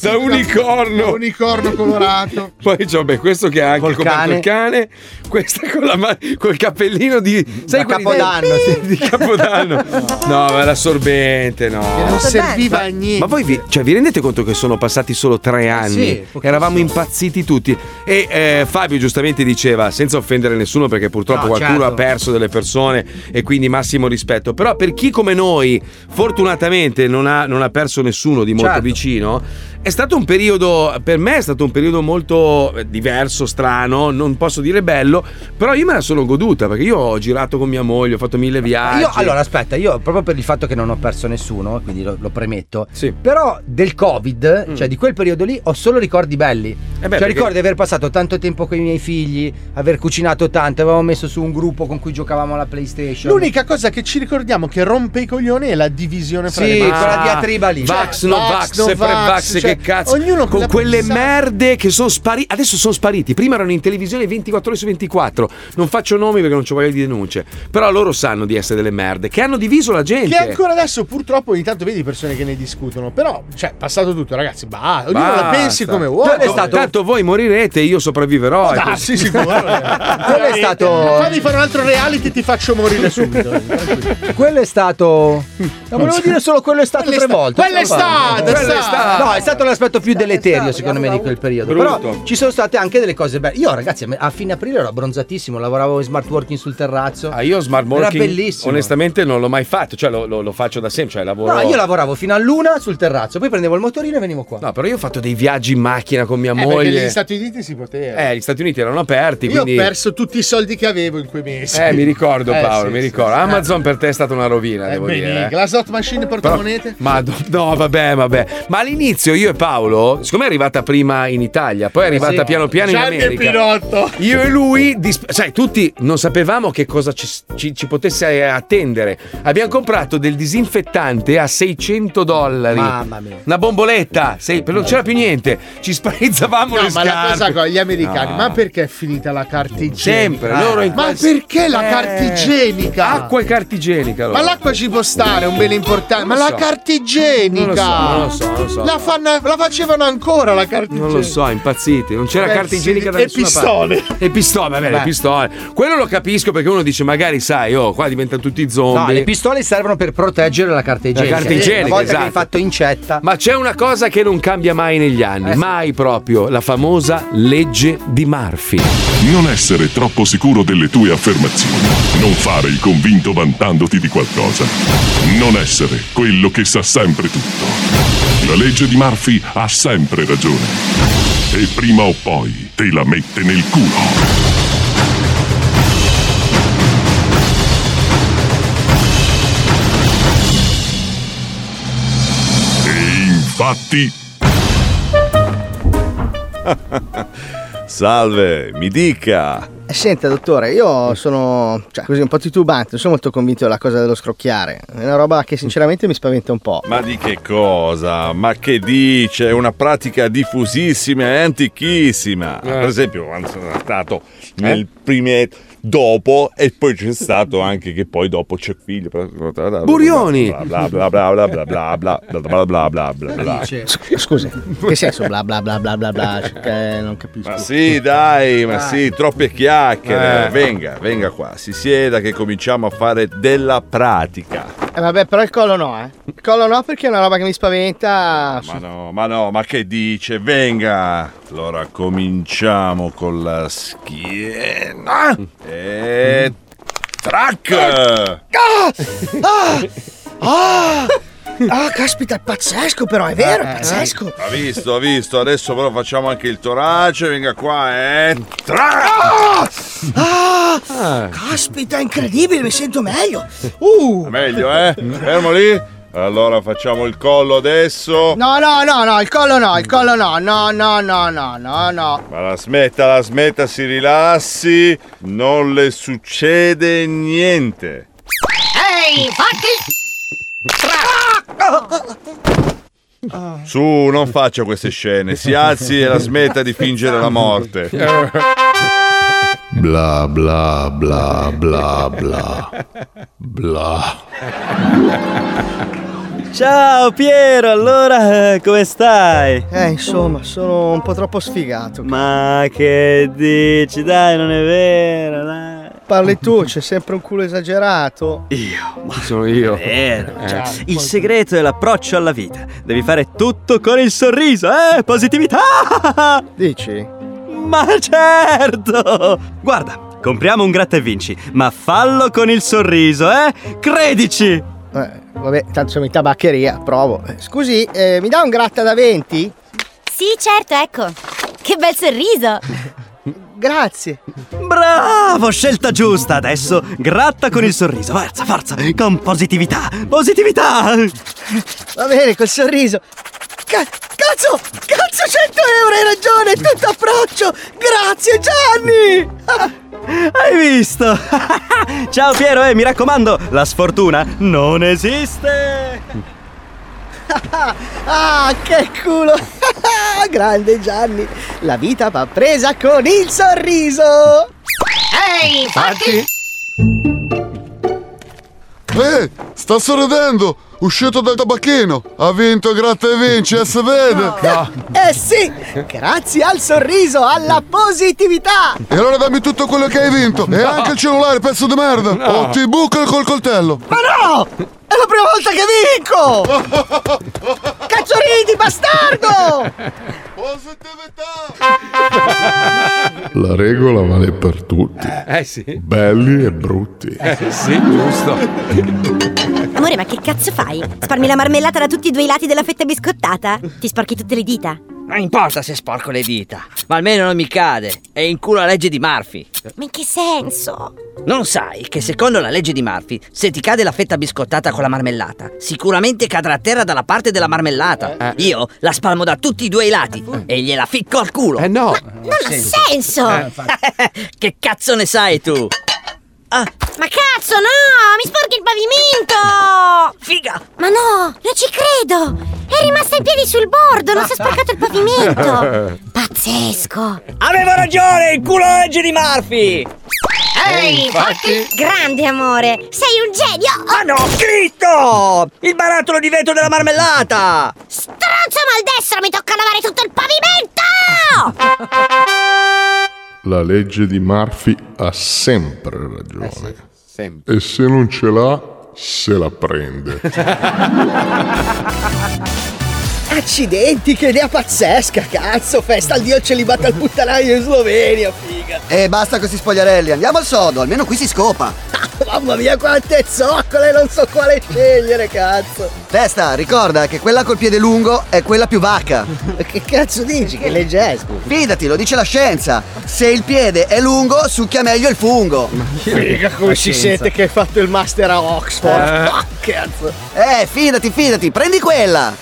da unicorno. Da unicorno colorato. Poi c'ho beh, questo che ha anche Col coperto cane. il cane, questa con la ma- col cappellino di. Sai quelli- Capodanno, sì. Di Capodanno. No, ma l'assorbente, no. Non serviva a niente. Eh, Ma voi vi, cioè, vi rendete conto che sono passati solo tre anni? pochissimo. Eravamo impazziti tutti. E eh, Fabio giustamente diceva, senza offendere nessuno, perché purtroppo No, qualcuno certo. ha perso delle persone e quindi massimo rispetto. Però per chi come noi, fortunatamente, non ha, non ha perso nessuno di molto Certo. vicino, è stato un periodo, per me è stato un periodo molto eh, diverso, strano, non posso dire bello, però io me la sono goduta perché io ho girato con mia moglie, ho fatto mille viaggi. Io, allora, aspetta, io proprio per il fatto che non ho perso nessuno, quindi lo, lo premetto. Però del Covid, cioè di quel periodo lì, ho solo ricordi belli. Mm. Eh beh, cioè, perché- ricordo di aver passato tanto tempo con i miei figli, aver cucinato tanto, avevamo messo su un gruppo con cui giocavamo alla PlayStation. L'unica cosa che ci ricordiamo che rompe i coglioni è la divisione fra Sì, le quella persone. diatriba lì. Vax, Cioè, no vax, no sempre vax, vax, cioè, che cazzo. Ognuno con la quelle pensata. merde che sono sparite. Adesso sono spariti. Prima erano in televisione 24 ore su 24. Non faccio nomi perché non ci voglio di denunce. Però loro sanno di essere delle merde. Che hanno diviso la gente. Che ancora adesso purtroppo ogni tanto vedi persone che ne discutono, però, cioè, passato tutto, ragazzi, bah, ognuno la Basta. pensi come vuole. Tanto, tanto voi morirete e io sopravviverò. Ah, sì, sicuro. Quello è stato- Fammi fare un altro reality, ti faccio morire subito. Quello è stato. No, volevo dire solo quello è stato Quello è tre sta- volte. quello è stato, Quello quello è stato. No, è stato l'aspetto più deleterio, secondo me, di quel periodo. Brutto. Però ci sono state anche delle cose belle. Io, ragazzi, a fine aprile ero abbronzatissimo, lavoravo in smart working sul terrazzo. Ah, io smart working Era bellissimo. onestamente non l'ho mai fatto, cioè lo, lo- lo faccio da sempre, cioè lavoro. No, io lavoravo fino all'una sul terrazzo, poi prendevo il motorino e venivo qua. No, però io ho fatto dei viaggi in macchina con mia Eh, perché moglie. negli Stati Uniti si poteva. Eh, gli Stati Uniti erano aperti, Io quindi ho perso tutti i soldi che avevo in quei mesi. Eh, mi ricordo Eh, Paolo, sì, mi sì, ricordo. sì. Amazon per te è stata una rovina, Eh, devo dire. benigno. eh. La slot machine portamonete? Ma do- no, vabbè, vabbè. Ma all'inizio io e Paolo, siccome è arrivata prima in Italia, poi è arrivata Eh, Sì. piano piano Gianni in e America. Pinotto. Io e lui, dis- sai, tutti non sapevamo che cosa ci, ci- ci potesse eh, attendere. Abbiamo comprato del disinfettante a 600 dollari. Mamma mia. Una bomboletta, sei- non c'era più niente. Ci sparizzavamo No, le ma scarpe. la cosa con gli americani, No. ma perché è finita la carta igienica? Sempre, loro in Eh. Ma qualsi- perché la Eh, carta igienica? Acqua e carta igienica. allora. Ma l'acqua ci può stare, è un bene importante. Ma Non lo la so. carta igienica! Non lo so, non lo so, non lo so. La fanno- la facevano ancora la carta Non lo so, impazziti. Non c'era Beh, carta Eh, sì, igienica da e nessuna pistole. parte. E pistole, vabbè, le Beh. pistole. Quello lo capisco perché uno dice, magari, sai, oh, qua diventano tutti zombie. No, le pistole servono per proteggere la carta igienica. carta igienica, Una volta esatto. che hai fatto incetta. Ma c'è una cosa che non cambia mai negli anni, mai proprio, la famosa legge di Murphy. Non essere troppo sicuro delle tue affermazioni. Non fare il convinto vantandoti di qualcosa. Non essere quello che sa sempre tutto. La legge di Murphy ha sempre ragione. E prima o poi te la mette nel culo. E infatti... Salve, mi dica. Eh, Senta, dottore, Mm. io sono cioè, così un po' titubante, non sono molto convinto della cosa dello scrocchiare. È una roba che sinceramente mi spaventa un po'. Ma di che cosa? Ma che dice? È una pratica diffusissima e antichissima. Per esempio, quando sono stato nel prime dopo e poi c'è stato anche che poi dopo c'è figlio. Burioni! Bla bla bla bla bla bla bla bla bla bla bla bla bla. S- Scusi, che senso bla bla bla bla bla bla? Cioè, non capisco. Ma sì, dai, ma sì, troppe chiacchiere. Eh. Venga, venga qua, si sieda che cominciamo a fare della pratica. Eh, vabbè, però il collo no, eh. Il collo no perché è una roba che mi spaventa. Ma no, ma no, ma che dice? Venga! Allora cominciamo con la schiena. E. Track! Ah! Ah! Ah! Ah, caspita, è pazzesco però, è vero, è pazzesco. Ha visto, ha visto. Adesso però facciamo anche il torace. Venga qua, eh. Track! Ah! Ah! Ah. Caspita, è incredibile, mi sento meglio. Uh. Meglio, eh? Fermo lì. Allora facciamo il collo adesso. No, no, no, no, il collo no, il collo no, no, no, no, no, no, no. Ma la smetta, la smetta, si rilassi. Non le succede niente. Ehi, infatti! Su, non faccia queste scene. Si alzi e la smetta di fingere la morte. Bla bla bla bla bla bla. Ciao Piero, allora eh, come stai? Eh, insomma, sono un po' troppo sfigato. Ma che dici? Dai, non è vero, dai. Parli tu, c'è sempre un culo esagerato. Io, ma sono io. Eh. Vero. cioè, il segreto è l'approccio alla vita. Devi fare tutto con il sorriso, eh? Positività! Dici? Ma certo! Guarda, compriamo un gratta e vinci, ma fallo con il sorriso, eh? Credici! Eh, vabbè, tanto siamo in tabaccheria, provo. Eh, Scusi, eh, mi dà un gratta da 20? Sì, certo, ecco. Che bel sorriso. Grazie. Bravo, scelta giusta! Adesso gratta con il sorriso, forza, forza! Con positività! Positività! Va bene, col sorriso. Ca- cazzo! Cazzo, 100 euro, hai ragione, è tutto approccio! Grazie Gianni! Hai visto? Ciao Piero, eh, mi raccomando, la sfortuna non esiste! ah, che culo! Grande Gianni! La vita va presa con il sorriso! Ehi, infatti! Eh, sta sorridendo! Uscito dal tabacchino! Ha vinto Gratta e Vinci, eh, si vede! Eh sì! Grazie al sorriso, alla positività! E allora dammi tutto quello che hai vinto! E anche il cellulare, pezzo di merda! No. O ti buco col coltello! Ma no! È la prima volta Oh. che vinco! Cazzo ridi, bastardo! La regola vale per tutti. Eh sì. Belli e brutti. Eh sì, giusto. Amore, ma che cazzo fai? Sparmi la marmellata da tutti e due i lati della fetta biscottata? Ti sporchi tutte le dita. Non importa se sporco le dita, ma almeno non mi cade. È in culo la legge di Murphy. Ma in che senso? Non sai che secondo la legge di Murphy, se ti cade la fetta biscottata con la marmellata, sicuramente cadrà a terra dalla parte della marmellata. Io la spalmo da tutti e due i lati e gliela ficco al culo. Eh no! Non ha senso! che cazzo ne sai tu? Ma cazzo, no! Mi sporchi il pavimento! Figa! Ma no, non ci credo! È rimasta in piedi sul bordo, non si è sporcato il pavimento! Pazzesco! Avevo ragione, il culo la legge di Murphy! Ehi, infatti. infatti, grande amore, sei un genio! Ma Ah, no, zitto! Il barattolo di vetro della marmellata! Stronzo maldestro, mi tocca lavare tutto il pavimento! La legge di Murphy ha sempre ragione. Eh, sempre. E se non ce l'ha, se la prende. Accidenti, che idea pazzesca, cazzo! Festa al dio celibato al puttanaio in Slovenia, figa! E basta con questi spogliarelli, andiamo al sodo, almeno qui si scopa. Mamma mia, quante zoccole, non so quale scegliere, cazzo! Testa, ricorda che quella col piede lungo è quella più vacca. Che cazzo dici? Che legge è? scusa? Fidati, lo dice la scienza. Se il piede è lungo, succhia meglio il fungo. Figa, come si sente che hai fatto il master a Oxford? Eh. Ah, cazzo! Eh, fidati, fidati, prendi quella.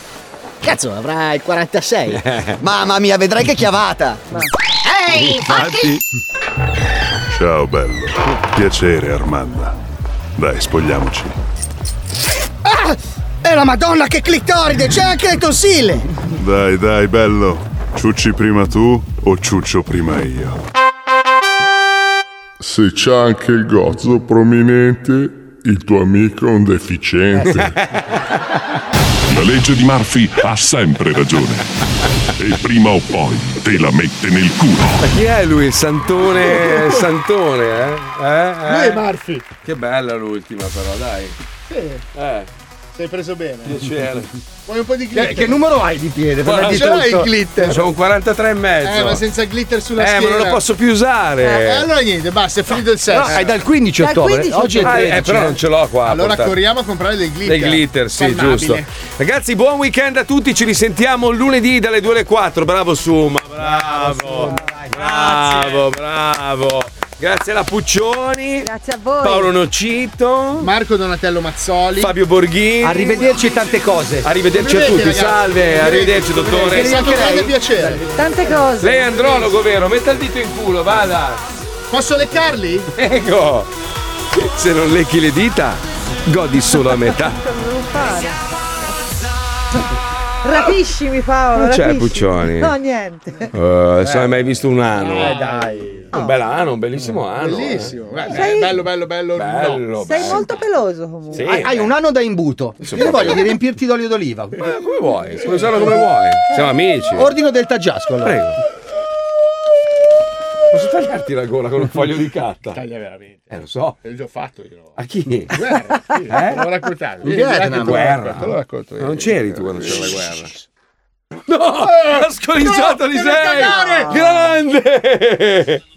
Cazzo, avrà il 46. Mamma mia, vedrai che chiavata. Ehi, infatti! Ciao bello. Piacere Armanda. Dai, spogliamoci. Ah! E la madonna che clitoride, c'è anche le tonsille! Dai, dai, bello. Ciucci prima tu o ciuccio prima io? Se c'ha anche il gozzo prominente, il tuo amico è un Eh, deficiente. La legge di Murphy ha sempre ragione. E prima o poi te la mette nel culo. Ma chi è lui? Il santone. il Santone, eh? eh? eh? Lui è Murphy. Che bella l'ultima, però, dai. Sì. Eh. Sei preso bene. Piacere. Vuoi un po' di glitter? hai di piede? Per dirti ce l'hai tutto. il glitter? Sono un 43 e mezzo. Eh, ma senza glitter sulla Eh, schiena. ma non lo posso più usare. Eh, allora niente, basta, è finito il sesso. No, è dal 15 Dal ottobre, 15 oggi è ottobre. 13, Eh, però non ce l'ho qua, Allora portato. corriamo a comprare del glitter. Dei glitter, sì, Spalmabile. giusto. Ragazzi, buon weekend a tutti. Ci risentiamo lunedì dalle 2 alle 4. Bravo Suma. Bravo. Bravo, bravo. Grazie alla Puccioni. Grazie a voi. Paolo Nocito. Marco Donatello Mazzoli. Fabio Borghini. Arrivederci tante cose. Arrivederci a tutti, salve, arrivederci È stato un grande dottore. piacere. Tante cose. Lei è andrologo, vero? Metta il dito in culo, vada. Posso leccarli? Prego. Se non lecchi le dita, godi solo a metà. Non fare. Rapiscimi Paolo. Non c'è rapiscimi. Puccioni. No, niente. Eh, adesso non hai mai visto un ano. Eh, dai. Un bel ano, un bellissimo ano. Bellissimo. eh. Eh, bello, bello, bello. Bello, no. Sei molto peloso comunque. eh. Sì, eh. hai, hai beh. un anno da imbuto. Insomma, Io voglio beh. di riempirti d'olio d'oliva. Ma come vuoi? Puoi usarlo come vuoi. Siamo amici. Ordino del taggiasco allora. Prego. Posso tagliarti la gola con un foglio di carta? Taglia veramente. Eh, lo so. L'ho già fatto io. A chi? Guerra, sì, Eh? l'ho raccontato. In Vieni, Vietnam. racconta, Guerra. te lo racconto io. Non c'eri tu quando c'era la guerra. No! Ha scoreggiato Eh, No, Lisei! deve cagare! Grande!